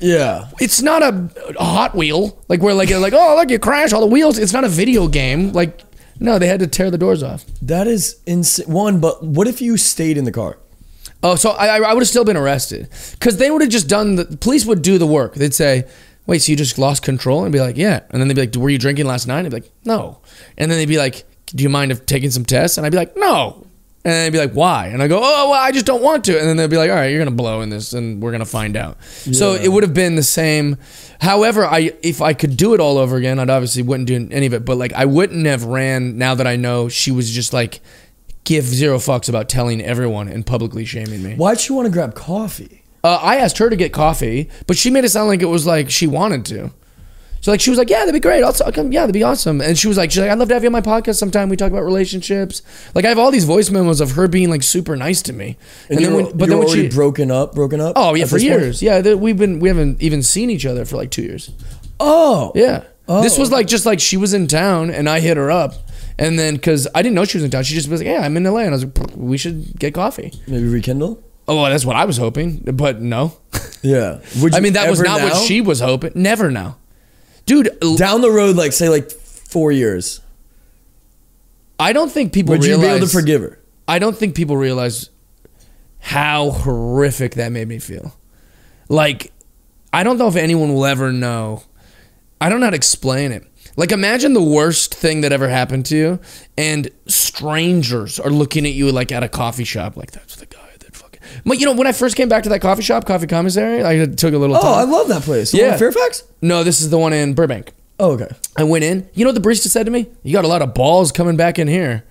[SPEAKER 1] Yeah.
[SPEAKER 2] It's not a, a Hot Wheel like where like you're like oh look you crash all the wheels. It's not a video game. Like no, they had to tear the doors off.
[SPEAKER 1] That is insane. One, but what if you stayed in the car?
[SPEAKER 2] Oh, so I I would have still been arrested because they would have just done the police would do the work. They'd say. Wait, so you just lost control? And be like, yeah. And then they'd be like, were you drinking last night? And I'd be like, no. And then they'd be like, do you mind if taking some tests? And I'd be like, no. And they'd be like, why? And I go, oh, well, I just don't want to. And then they'd be like, all right, you're gonna blow in this, and we're gonna find out. So it would have been the same. However, I if I could do it all over again, I'd obviously wouldn't do any of it. But like, I wouldn't have ran. Now that I know she was just like, give zero fucks about telling everyone and publicly shaming me.
[SPEAKER 1] Why'd she want to grab coffee?
[SPEAKER 2] Uh, I asked her to get coffee, but she made it sound like it was like she wanted to. So like she was like, yeah, that'd be great. I'll, I'll come. Yeah, that'd be awesome. And she was like, she's like, I'd love to have you on my podcast sometime. We talk about relationships. Like I have all these voice memos of her being like super nice to me.
[SPEAKER 1] And, you were, but you were already broken up, broken up.
[SPEAKER 2] oh yeah,
[SPEAKER 1] at
[SPEAKER 2] for
[SPEAKER 1] this point?
[SPEAKER 2] years. Yeah, th- we've been we haven't even seen each other for like two years.
[SPEAKER 1] Oh
[SPEAKER 2] Yeah.
[SPEAKER 1] Oh.
[SPEAKER 2] This was like just like she was in town and I hit her up. And then, cause I didn't know she was in town, she just was like, "Yeah, I'm in LA," and I was like, "We should get coffee."
[SPEAKER 1] Maybe rekindle.
[SPEAKER 2] Oh, well, that's what I was hoping, but no.
[SPEAKER 1] Yeah. Would
[SPEAKER 2] I
[SPEAKER 1] you
[SPEAKER 2] mean, that was
[SPEAKER 1] ever
[SPEAKER 2] not
[SPEAKER 1] now?
[SPEAKER 2] what she was hoping. Never now, dude. l-
[SPEAKER 1] Down the road, like say, like four years.
[SPEAKER 2] I don't think people
[SPEAKER 1] Would
[SPEAKER 2] realize.
[SPEAKER 1] you be able to forgive her?
[SPEAKER 2] I don't think people realize how horrific that made me feel. Like, I don't know if anyone will ever know. I don't know how to explain it. Like imagine the worst thing that ever happened to you, and strangers are looking at you like at a coffee shop, like that's the guy that fucking. But you know, when I first came back to that coffee shop, coffee commissary, I took a little.
[SPEAKER 1] Oh, I
[SPEAKER 2] time.
[SPEAKER 1] love that place. The one in Fairfax?
[SPEAKER 2] No, this is the one in Burbank.
[SPEAKER 1] Oh, okay.
[SPEAKER 2] I went in. You know what the barista said to me? You got a lot of balls coming back in here.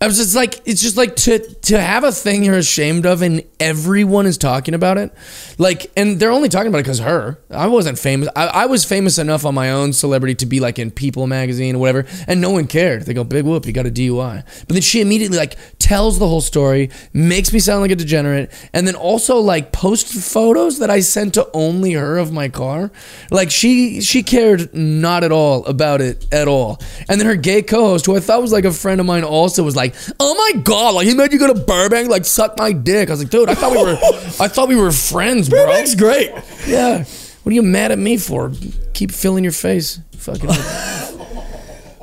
[SPEAKER 2] I was just like, it's just like to to have a thing you're ashamed of and everyone is talking about it, like, and they're only talking about it because her. I wasn't famous. I, I was famous enough on my own celebrity to be like in People magazine or whatever, and no one cared. They go, big whoop, you got a DUI. But then she immediately like tells the whole story, makes me sound like a degenerate, and then also like posts photos that I sent to only her of my car. Like she she cared not at all about it at all. And then her gay co-host, who I thought was like a friend of mine, also was like, "Oh my god, like he made you go to Burbank, like suck my dick." I was like, "Dude, I thought we were I thought we were friends, bro."
[SPEAKER 1] Burbank's great.
[SPEAKER 2] Yeah. What are you mad at me for? Keep filling your face. Fucking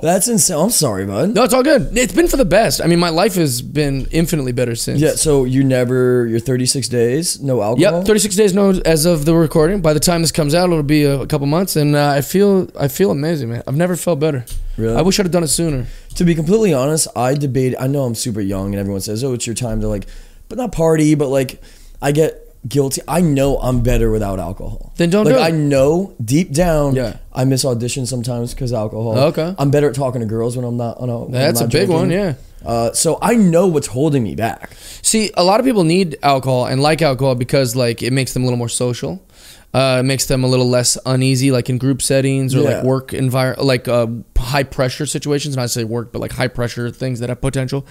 [SPEAKER 1] That's insane. I'm sorry, bud.
[SPEAKER 2] No, it's all good. It's been for the best. I mean, my life has been infinitely better since.
[SPEAKER 1] Yeah, so you never, you're 36 days, no alcohol?
[SPEAKER 2] Yep, 36 days no as of the recording. By the time this comes out, it'll be a, a couple months, and uh, I feel I feel amazing, man. I've never felt better.
[SPEAKER 1] Really?
[SPEAKER 2] I wish I'd have done it sooner.
[SPEAKER 1] To be completely honest, I debate. I know I'm super young, and everyone says, "Oh, it's your time to like," but not party. But like, I get guilty. I know I'm better without alcohol.
[SPEAKER 2] Then don't
[SPEAKER 1] like,
[SPEAKER 2] do it.
[SPEAKER 1] I know deep down.
[SPEAKER 2] Yeah.
[SPEAKER 1] I miss auditions sometimes because alcohol.
[SPEAKER 2] Okay.
[SPEAKER 1] I'm better at talking to girls when I'm not on a. when I'm
[SPEAKER 2] That's
[SPEAKER 1] not
[SPEAKER 2] a big
[SPEAKER 1] drinking.
[SPEAKER 2] one, yeah.
[SPEAKER 1] Uh, so I know what's holding me back.
[SPEAKER 2] See, a lot of people need alcohol and like alcohol because like it makes them a little more social. Uh, it makes them a little less uneasy, like in group settings or
[SPEAKER 1] Yeah.
[SPEAKER 2] like work environment, like uh, high pressure situations. Not to say work, but like high pressure things that have potential.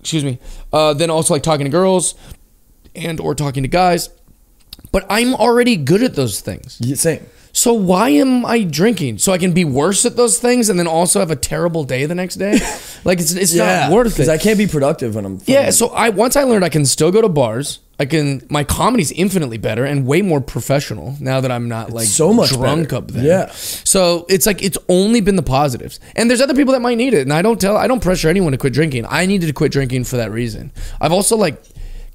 [SPEAKER 2] Excuse me. Uh, then also like talking to girls and or talking to guys. But I'm already good at those things.
[SPEAKER 1] Y- Same.
[SPEAKER 2] So why am I drinking? So I can be worse at those things and then also have a terrible day the next day. like it's it's not worth it.
[SPEAKER 1] Because I can't be productive when I'm.
[SPEAKER 2] Yeah,
[SPEAKER 1] fucking-
[SPEAKER 2] so I once I learned I can still go to bars. I can my comedy's infinitely better and way more professional now that I'm not like
[SPEAKER 1] so much
[SPEAKER 2] drunk
[SPEAKER 1] better.
[SPEAKER 2] up there.
[SPEAKER 1] Yeah.
[SPEAKER 2] So it's like it's only been the positives. And there's other people that might need it. And I don't tell I don't pressure anyone to quit drinking. I needed to quit drinking for that reason. I've also like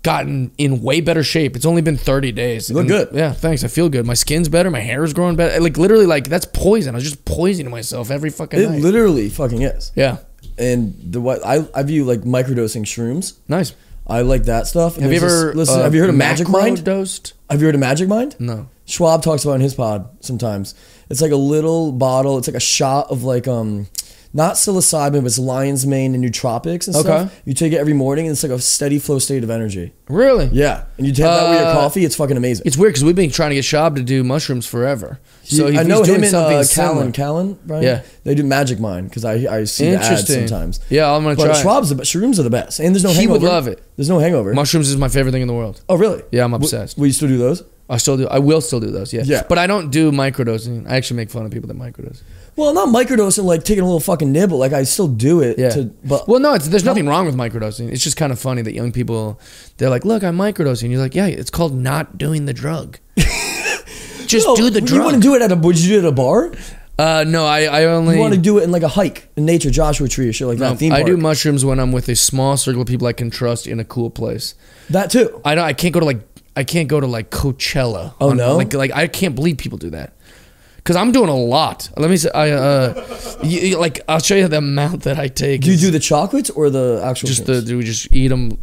[SPEAKER 2] gotten in way better shape. It's only been 30 days. You
[SPEAKER 1] look good.
[SPEAKER 2] Yeah, thanks. I feel good. My skin's better, my hair is growing better. Like literally like that's poison. I was just poisoning myself every fucking
[SPEAKER 1] it
[SPEAKER 2] night.
[SPEAKER 1] literally fucking is.
[SPEAKER 2] yeah.
[SPEAKER 1] And the what I I view like microdosing shrooms.
[SPEAKER 2] Nice.
[SPEAKER 1] I like that stuff. And
[SPEAKER 2] Have you
[SPEAKER 1] there's this-
[SPEAKER 2] ever
[SPEAKER 1] listen?
[SPEAKER 2] uh,
[SPEAKER 1] have you heard of Magic Mind?
[SPEAKER 2] macrodosed?
[SPEAKER 1] Have you heard of Magic Mind?
[SPEAKER 2] No.
[SPEAKER 1] Schwab talks about in his pod sometimes. It's like a little bottle. It's like a shot of like um, not psilocybin, but it's lion's mane and nootropics and
[SPEAKER 2] Okay.
[SPEAKER 1] stuff. You take it every morning, and it's like a steady flow state of energy.
[SPEAKER 2] Really?
[SPEAKER 1] Yeah, and you take that with your
[SPEAKER 2] Uh,
[SPEAKER 1] coffee. It's fucking amazing.
[SPEAKER 2] It's weird because we've been trying to get Shab to do mushrooms forever. So
[SPEAKER 1] He-
[SPEAKER 2] if
[SPEAKER 1] I know
[SPEAKER 2] he's doing
[SPEAKER 1] him and
[SPEAKER 2] something
[SPEAKER 1] uh,
[SPEAKER 2] similar-
[SPEAKER 1] Callan. Callan, right?
[SPEAKER 2] Yeah.
[SPEAKER 1] they do Magic Mind because I I see the ads
[SPEAKER 2] Interesting.
[SPEAKER 1] sometimes.
[SPEAKER 2] Yeah, I'm gonna
[SPEAKER 1] but
[SPEAKER 2] try it.
[SPEAKER 1] Schwab's the best. Shrooms are the best, and there's no
[SPEAKER 2] He
[SPEAKER 1] hangover.
[SPEAKER 2] would love it.
[SPEAKER 1] There's no hangover.
[SPEAKER 2] Mushrooms is my favorite thing in the world.
[SPEAKER 1] oh really?
[SPEAKER 2] Yeah, I'm
[SPEAKER 1] W-
[SPEAKER 2] obsessed.
[SPEAKER 1] Will you still do those?
[SPEAKER 2] I still do. I will still do those. Yeah.
[SPEAKER 1] Yeah.
[SPEAKER 2] But I don't do microdosing. I actually make fun of people that microdose.
[SPEAKER 1] Well, not microdosing, like taking a little fucking nibble. Like I still do it.
[SPEAKER 2] Yeah.
[SPEAKER 1] To, but
[SPEAKER 2] well, no, it's, there's nothing wrong with microdosing. It's just kind of funny that young people they're like, "Look, I'm microdosing." You're like, "Yeah, it's called not doing the drug." just
[SPEAKER 1] No,
[SPEAKER 2] do the
[SPEAKER 1] You
[SPEAKER 2] drug.
[SPEAKER 1] want to do it at a? Would you do it at a bar?
[SPEAKER 2] uh, no, I I only
[SPEAKER 1] You want to do it in like a hike, in nature, Joshua Tree, or shit like
[SPEAKER 2] no,
[SPEAKER 1] that. Theme
[SPEAKER 2] I
[SPEAKER 1] park.
[SPEAKER 2] do mushrooms when I'm with a small circle of people I can trust in a cool place.
[SPEAKER 1] that too.
[SPEAKER 2] I don't. I can't go to like. I can't go to like Coachella.
[SPEAKER 1] Oh,
[SPEAKER 2] On-
[SPEAKER 1] no?
[SPEAKER 2] Like like I can't believe people do that. Cause I'm doing a lot. Let me say, I uh, you, you- like I'll show you the amount that I take.
[SPEAKER 1] Do you
[SPEAKER 2] It's
[SPEAKER 1] do the chocolates or the actual?
[SPEAKER 2] just the
[SPEAKER 1] things?
[SPEAKER 2] do we just eat them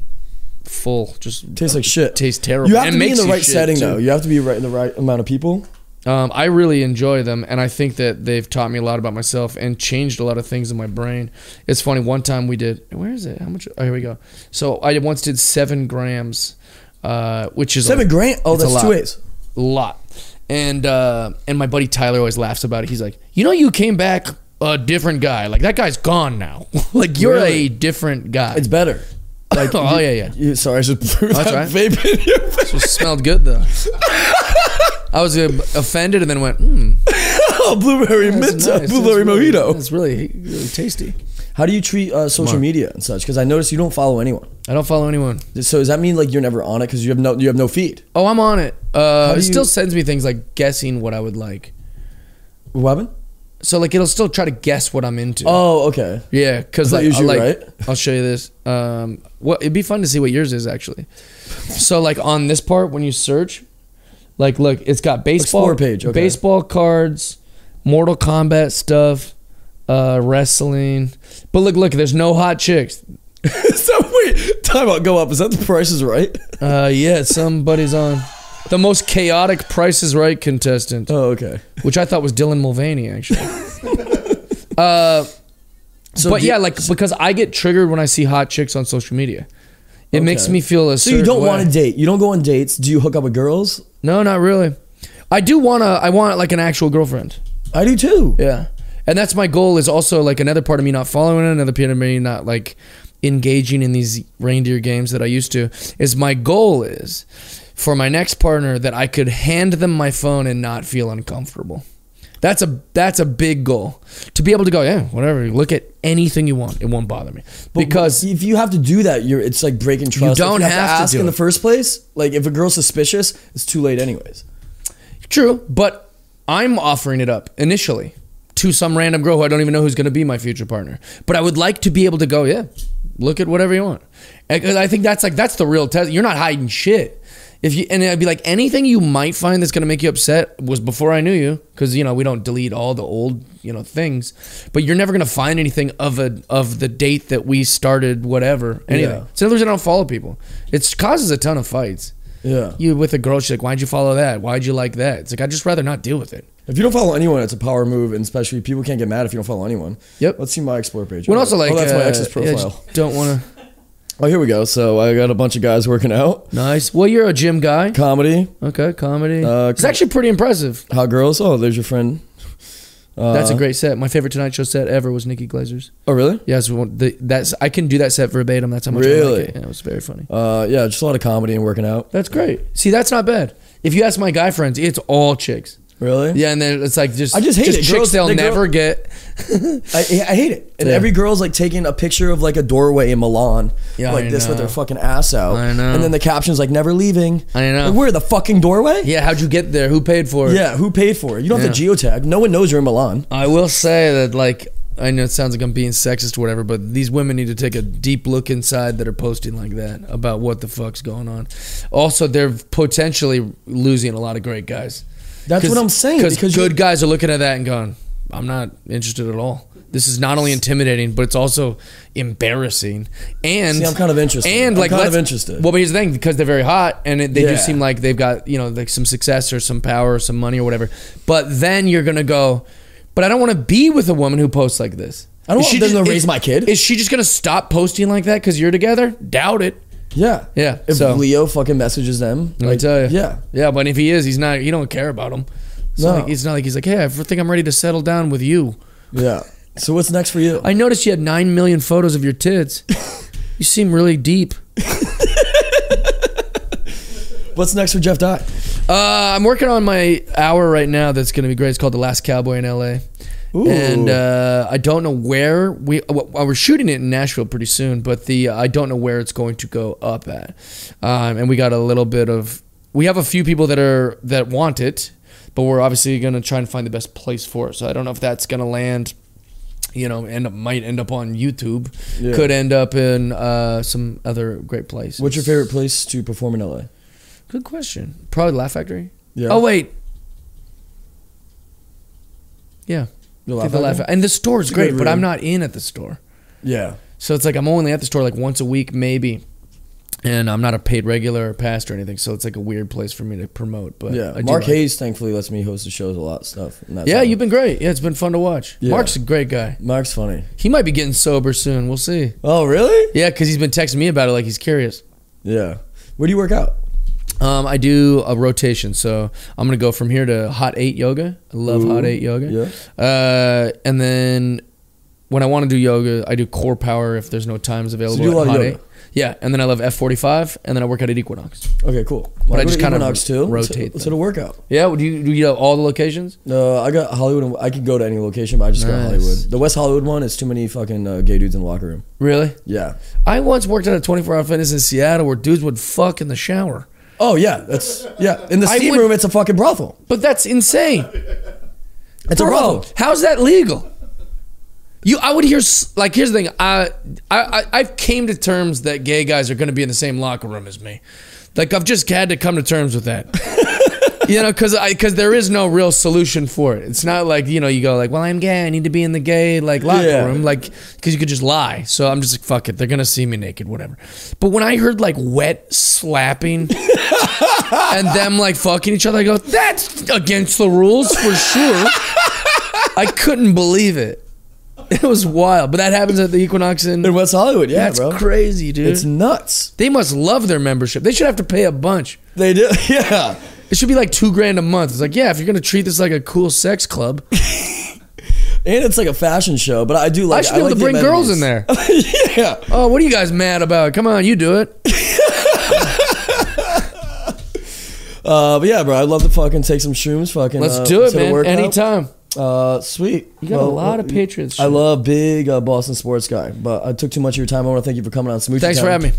[SPEAKER 2] full? Just
[SPEAKER 1] tastes like shit.
[SPEAKER 2] Tastes terrible.
[SPEAKER 1] You have
[SPEAKER 2] And
[SPEAKER 1] to be in
[SPEAKER 2] makes
[SPEAKER 1] the
[SPEAKER 2] you
[SPEAKER 1] right
[SPEAKER 2] shit,
[SPEAKER 1] setting though.
[SPEAKER 2] too.
[SPEAKER 1] You have to be right in the right amount of people.
[SPEAKER 2] Um, I really enjoy them, and I think that they've taught me a lot about myself and changed a lot of things in my brain. It's funny. One time we did. Where is it? How much? Oh, here we go. So I once did seven grams, uh, which is
[SPEAKER 1] Seven
[SPEAKER 2] like-
[SPEAKER 1] grand. Oh,
[SPEAKER 2] it's a
[SPEAKER 1] that's two
[SPEAKER 2] lot.
[SPEAKER 1] A's.
[SPEAKER 2] lot. And uh, and my buddy Tyler always laughs about it. He's like, you know, you came back a different guy. Like that guy's gone now. like you're
[SPEAKER 1] Really?
[SPEAKER 2] a different guy.
[SPEAKER 1] It's better. Like,
[SPEAKER 2] oh
[SPEAKER 1] you-
[SPEAKER 2] yeah, yeah.
[SPEAKER 1] you- sorry, I just threw that
[SPEAKER 2] right.
[SPEAKER 1] vape in your face.
[SPEAKER 2] It smelled good though. I was uh, offended and then went, mm,
[SPEAKER 1] Oh, blueberry
[SPEAKER 2] that's
[SPEAKER 1] mint, uh,
[SPEAKER 2] nice.
[SPEAKER 1] blueberry
[SPEAKER 2] That's really-
[SPEAKER 1] mojito.
[SPEAKER 2] That's really really tasty.
[SPEAKER 1] How do you treat uh, social
[SPEAKER 2] on.
[SPEAKER 1] media and such? Because I noticed you don't follow anyone.
[SPEAKER 2] I don't follow anyone.
[SPEAKER 1] So does that mean like you're never on it because you have no you have no feed?
[SPEAKER 2] Oh, I'm on it.
[SPEAKER 1] How
[SPEAKER 2] Uh,
[SPEAKER 1] do
[SPEAKER 2] it still
[SPEAKER 1] you-
[SPEAKER 2] sends me things like guessing what I would like.
[SPEAKER 1] What happened?
[SPEAKER 2] So like it'll still try to guess what I'm into.
[SPEAKER 1] Oh, okay.
[SPEAKER 2] Yeah, because
[SPEAKER 1] That's not
[SPEAKER 2] like, I
[SPEAKER 1] usually
[SPEAKER 2] like
[SPEAKER 1] right.
[SPEAKER 2] I'll show you this. Um, what it'd be fun to see what yours is actually. So like on this part when you search, like look, it's got baseball
[SPEAKER 1] Explore page, okay.
[SPEAKER 2] baseball cards, Mortal Kombat stuff, uh, wrestling. But look, look, there's no hot chicks.
[SPEAKER 1] so wait, time out. Go up. Is that the Price is Right?
[SPEAKER 2] Uh, yeah, somebody's on. The most chaotic Price is Right contestant,
[SPEAKER 1] Oh, okay.
[SPEAKER 2] which I thought was Dylan Mulvaney, actually. uh,
[SPEAKER 1] So
[SPEAKER 2] but
[SPEAKER 1] do-
[SPEAKER 2] yeah, like because I get triggered when I see hot chicks on social media. It makes
[SPEAKER 1] Okay.
[SPEAKER 2] me feel a
[SPEAKER 1] So you
[SPEAKER 2] certain
[SPEAKER 1] don't want
[SPEAKER 2] way.
[SPEAKER 1] to date. You don't go on dates. Do you hook up with girls?
[SPEAKER 2] No, not really. I do wanna. I want like an actual girlfriend.
[SPEAKER 1] I do too.
[SPEAKER 2] Yeah, and that's my goal. Is also like another part of me not following it, another part of me not like engaging in these reindeer games that I used to. Is my goal is for my next partner that I could hand them my phone and not feel uncomfortable. That's a that's a big goal to be able to go yeah whatever look at anything you want it won't bother me because
[SPEAKER 1] if you have to do that, you're it's like breaking trust. If
[SPEAKER 2] don't
[SPEAKER 1] you
[SPEAKER 2] have to
[SPEAKER 1] ask
[SPEAKER 2] do
[SPEAKER 1] in
[SPEAKER 2] it.
[SPEAKER 1] the first place. Like if a girl's suspicious, it's too late anyways.
[SPEAKER 2] True, but I'm offering it up initially to some random girl who I don't even know who's going to be my future partner. But I would like to be able to go, yeah, look at whatever you want. And 'cause I think that's like that's the real test. You're not hiding shit. If you and I'd be like anything you might find that's going to make you upset was before I knew you because you know we don't delete all the old you know things, but you're never going to find anything of a of the date that we started whatever anything.
[SPEAKER 1] Yeah.
[SPEAKER 2] It's another reason I don't follow people. It causes a ton of fights
[SPEAKER 1] Yeah.
[SPEAKER 2] you with a girl, she's like, why'd you follow that? Why'd you like that? It's like, I'd just rather not deal with it.
[SPEAKER 1] If you don't follow anyone, it's a power move, and especially people can't get mad if you don't follow anyone.
[SPEAKER 2] Yep.
[SPEAKER 1] Let's see my explore page.
[SPEAKER 2] Well, also like,
[SPEAKER 1] oh, that's my
[SPEAKER 2] uh,
[SPEAKER 1] ex's
[SPEAKER 2] yeah,
[SPEAKER 1] profile.
[SPEAKER 2] just don't want to.
[SPEAKER 1] oh, here we go. So I got a bunch of guys working out.
[SPEAKER 2] Nice. Well, you're a gym guy.
[SPEAKER 1] Comedy,
[SPEAKER 2] Okay, comedy.
[SPEAKER 1] Uh,
[SPEAKER 2] it's actually pretty impressive.
[SPEAKER 1] hot girls. Oh, there's your friend. Uh,
[SPEAKER 2] That's a great set. My favorite Tonight Show set ever was Nikki Glazer's.
[SPEAKER 1] Oh, really?
[SPEAKER 2] Yes, one- the- that's I can do that set verbatim. That's how much I
[SPEAKER 1] Really?
[SPEAKER 2] like it. Yeah, it was very funny.
[SPEAKER 1] Uh, yeah, just a lot of comedy and working out.
[SPEAKER 2] That's great. See, that's not bad. If you ask my guy friends, it's all chicks.
[SPEAKER 1] Really?
[SPEAKER 2] Yeah, and then it's like just
[SPEAKER 1] I just hate it.
[SPEAKER 2] chicks
[SPEAKER 1] Girls-
[SPEAKER 2] they'll
[SPEAKER 1] the girl-
[SPEAKER 2] never get.
[SPEAKER 1] I, I hate it. And
[SPEAKER 2] Yeah.
[SPEAKER 1] every girl's like taking a picture of like a doorway in Milan,
[SPEAKER 2] Yeah,
[SPEAKER 1] like
[SPEAKER 2] I
[SPEAKER 1] this with
[SPEAKER 2] know.
[SPEAKER 1] their fucking ass out.
[SPEAKER 2] I know.
[SPEAKER 1] And then the caption's like, "Never leaving."
[SPEAKER 2] I know.
[SPEAKER 1] Like, we're the fucking doorway.
[SPEAKER 2] Yeah, how'd you get there? Who paid for it?
[SPEAKER 1] Yeah, Who paid for it? You don't have to geotag. No one knows you're in Milan.
[SPEAKER 2] I will say that, like, I know it sounds like I'm being sexist or whatever, but these women need to take a deep look inside that are posting like that about what the fuck's going on. Also, they're potentially losing a lot of great guys.
[SPEAKER 1] That's what I'm saying,
[SPEAKER 2] Because
[SPEAKER 1] because you-
[SPEAKER 2] good guys are looking at that and going, I'm not interested at all. This is not only intimidating, but it's also embarrassing. And
[SPEAKER 1] See, I'm kind of interested.
[SPEAKER 2] And
[SPEAKER 1] I'm
[SPEAKER 2] like,
[SPEAKER 1] kind of
[SPEAKER 2] let's-
[SPEAKER 1] interested.
[SPEAKER 2] Well, but here's the thing: because they're very hot, and it, they
[SPEAKER 1] Yeah.
[SPEAKER 2] do seem like they've got you know like some success or some power or some money or whatever. But then you're gonna go, but I don't want to be with a woman who posts like this.
[SPEAKER 1] I don't
[SPEAKER 2] Is
[SPEAKER 1] want them to
[SPEAKER 2] is-
[SPEAKER 1] raise my kid.
[SPEAKER 2] Is she just gonna stop posting like that because you're together? Doubt it.
[SPEAKER 1] Yeah.
[SPEAKER 2] Yeah,
[SPEAKER 1] If
[SPEAKER 2] so-
[SPEAKER 1] Leo fucking messages them,
[SPEAKER 2] Let me tell you.
[SPEAKER 1] Yeah.
[SPEAKER 2] yeah. But if he is, he's not. He don't care about him. It's,
[SPEAKER 1] No.
[SPEAKER 2] not like, it's not like he's like, hey, I think I'm ready to settle down with you.
[SPEAKER 1] Yeah. So what's next for you?
[SPEAKER 2] I noticed you had nine million photos of your tits. you seem really deep.
[SPEAKER 1] What's next for Jeff Dye?
[SPEAKER 2] Uh, I'm working on my hour right now. That's going to be great. It's called The Last Cowboy in L.A.
[SPEAKER 1] Ooh.
[SPEAKER 2] And uh, I don't know where we well, we're shooting it in Nashville pretty soon, but the I don't know where it's going to go up at. Um, and we got a little bit of we have a few people that are that want it, but we're obviously going to try and find the best place for it. So I don't know if that's going to land. You know, end up might end up on YouTube.
[SPEAKER 1] Yeah.
[SPEAKER 2] Could end up in uh, some other great place.
[SPEAKER 1] What's your favorite place to perform in LA?
[SPEAKER 2] Good question. Probably Laugh Factory.
[SPEAKER 1] Yeah.
[SPEAKER 2] Oh wait. Yeah.
[SPEAKER 1] The
[SPEAKER 2] I
[SPEAKER 1] Laugh
[SPEAKER 2] think the Laugh
[SPEAKER 1] Factory?
[SPEAKER 2] and the store's
[SPEAKER 1] It's a
[SPEAKER 2] great,
[SPEAKER 1] good
[SPEAKER 2] but I'm
[SPEAKER 1] room.
[SPEAKER 2] not in at the store.
[SPEAKER 1] Yeah.
[SPEAKER 2] So it's like I'm only at the store like once a week maybe. And I'm not a paid regular or past or anything, so it's like a weird place for me to promote. But
[SPEAKER 1] Yeah.
[SPEAKER 2] I do
[SPEAKER 1] Mark
[SPEAKER 2] like-
[SPEAKER 1] Hayes thankfully lets me host the shows a lot of stuff. and that's
[SPEAKER 2] Yeah,
[SPEAKER 1] how-
[SPEAKER 2] you've been great. Yeah, it's been fun to watch.
[SPEAKER 1] Yeah.
[SPEAKER 2] Mark's a great guy.
[SPEAKER 1] Mark's funny.
[SPEAKER 2] He might be getting sober soon. We'll see.
[SPEAKER 1] Oh really?
[SPEAKER 2] Yeah, because he's been texting me about it like he's curious.
[SPEAKER 1] Yeah. Where do you work out?
[SPEAKER 2] Um, I do a rotation, so I'm gonna go from here to hot eight yoga. I love
[SPEAKER 1] Ooh,
[SPEAKER 2] hot eight yoga.
[SPEAKER 1] yeah.
[SPEAKER 2] Uh, and then when I want to do yoga, I do core power if there's no times available.
[SPEAKER 1] do a
[SPEAKER 2] at
[SPEAKER 1] lot of
[SPEAKER 2] hot
[SPEAKER 1] yoga.
[SPEAKER 2] eight. Yeah, and then I love F45, and then I work out at Equinox.
[SPEAKER 1] Okay, cool.
[SPEAKER 2] But I
[SPEAKER 1] go to
[SPEAKER 2] just kind of
[SPEAKER 1] Equinox,
[SPEAKER 2] rotate
[SPEAKER 1] to, to
[SPEAKER 2] them.
[SPEAKER 1] the workout.
[SPEAKER 2] Yeah, do you do you know all the locations?
[SPEAKER 1] No, I got Hollywood. And, I could go to any location, but I just got
[SPEAKER 2] Nice.
[SPEAKER 1] Hollywood. The West Hollywood one is too many fucking uh, gay dudes in the locker room.
[SPEAKER 2] Really?
[SPEAKER 1] Yeah.
[SPEAKER 2] I once worked at a 24 hour fitness in Seattle where dudes would fuck in the shower.
[SPEAKER 1] Oh yeah, that's yeah. In the
[SPEAKER 2] I
[SPEAKER 1] steam
[SPEAKER 2] would-
[SPEAKER 1] room, it's a fucking brothel.
[SPEAKER 2] But that's insane.
[SPEAKER 1] It's a brothel.
[SPEAKER 2] How's that legal? You, I would hear s- like here's the thing. I, I, I I've came to terms that gay guys are going to be in the same locker room as me. Like I've just had to come to terms with that. you know, because because there is no real solution for it. It's not like you know you go like, well, I'm gay. I need to be in the gay like locker
[SPEAKER 1] Yeah.
[SPEAKER 2] room, like because you could just lie. So I'm just like, fuck it. They're gonna see me naked, whatever. But when I heard like wet slapping and them like fucking each other, I go, that's against the rules for sure. I couldn't believe it. It was wild, but that happens at the Equinox
[SPEAKER 1] in
[SPEAKER 2] and
[SPEAKER 1] West Hollywood. Yeah,
[SPEAKER 2] that's
[SPEAKER 1] bro.
[SPEAKER 2] crazy, dude.
[SPEAKER 1] It's nuts.
[SPEAKER 2] they must love their membership. They should have to pay a bunch.
[SPEAKER 1] They do. Yeah.
[SPEAKER 2] It should be like two grand a month. It's like, yeah, if you're gonna treat this like a cool sex club,
[SPEAKER 1] And it's like a fashion show, but I do like.
[SPEAKER 2] I should be able
[SPEAKER 1] like
[SPEAKER 2] to
[SPEAKER 1] the
[SPEAKER 2] bring girls in
[SPEAKER 1] amenities.
[SPEAKER 2] there.
[SPEAKER 1] yeah.
[SPEAKER 2] oh, what are you guys mad about? Come on, you do it.
[SPEAKER 1] Uh, but yeah, bro, I'd love to fucking take some shrooms. Fucking.
[SPEAKER 2] Let's
[SPEAKER 1] uh,
[SPEAKER 2] do it,
[SPEAKER 1] to the
[SPEAKER 2] man.
[SPEAKER 1] workout.
[SPEAKER 2] Anytime.
[SPEAKER 1] Uh, sweet.
[SPEAKER 2] You got a lot of patrons.
[SPEAKER 1] I love big uh, Boston sports guy, but I took too much of your time. I want to thank you for coming on Smoochie
[SPEAKER 2] Thanks for
[SPEAKER 1] Town.
[SPEAKER 2] having me.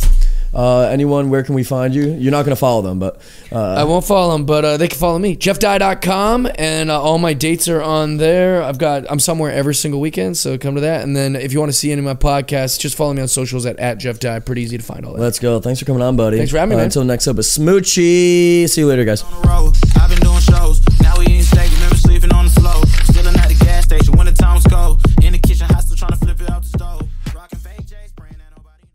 [SPEAKER 1] Uh, anyone, where can we find you? You're not going to follow them, but
[SPEAKER 2] I
[SPEAKER 1] uh,
[SPEAKER 2] won't follow them, but uh, they can follow me, jeffdye.com, and uh, all my dates are on there. I've got I'm somewhere every single weekend, so come to that. And then if you want to see any of my podcasts, just follow me on socials at, at Jeff Dye. Pretty easy to find all that.
[SPEAKER 1] let's go. Thanks for coming on, buddy.
[SPEAKER 2] Thanks for having me,
[SPEAKER 1] Uh,
[SPEAKER 2] man.
[SPEAKER 1] Until next up is Smoochie. See you later, guys.
[SPEAKER 3] on the road.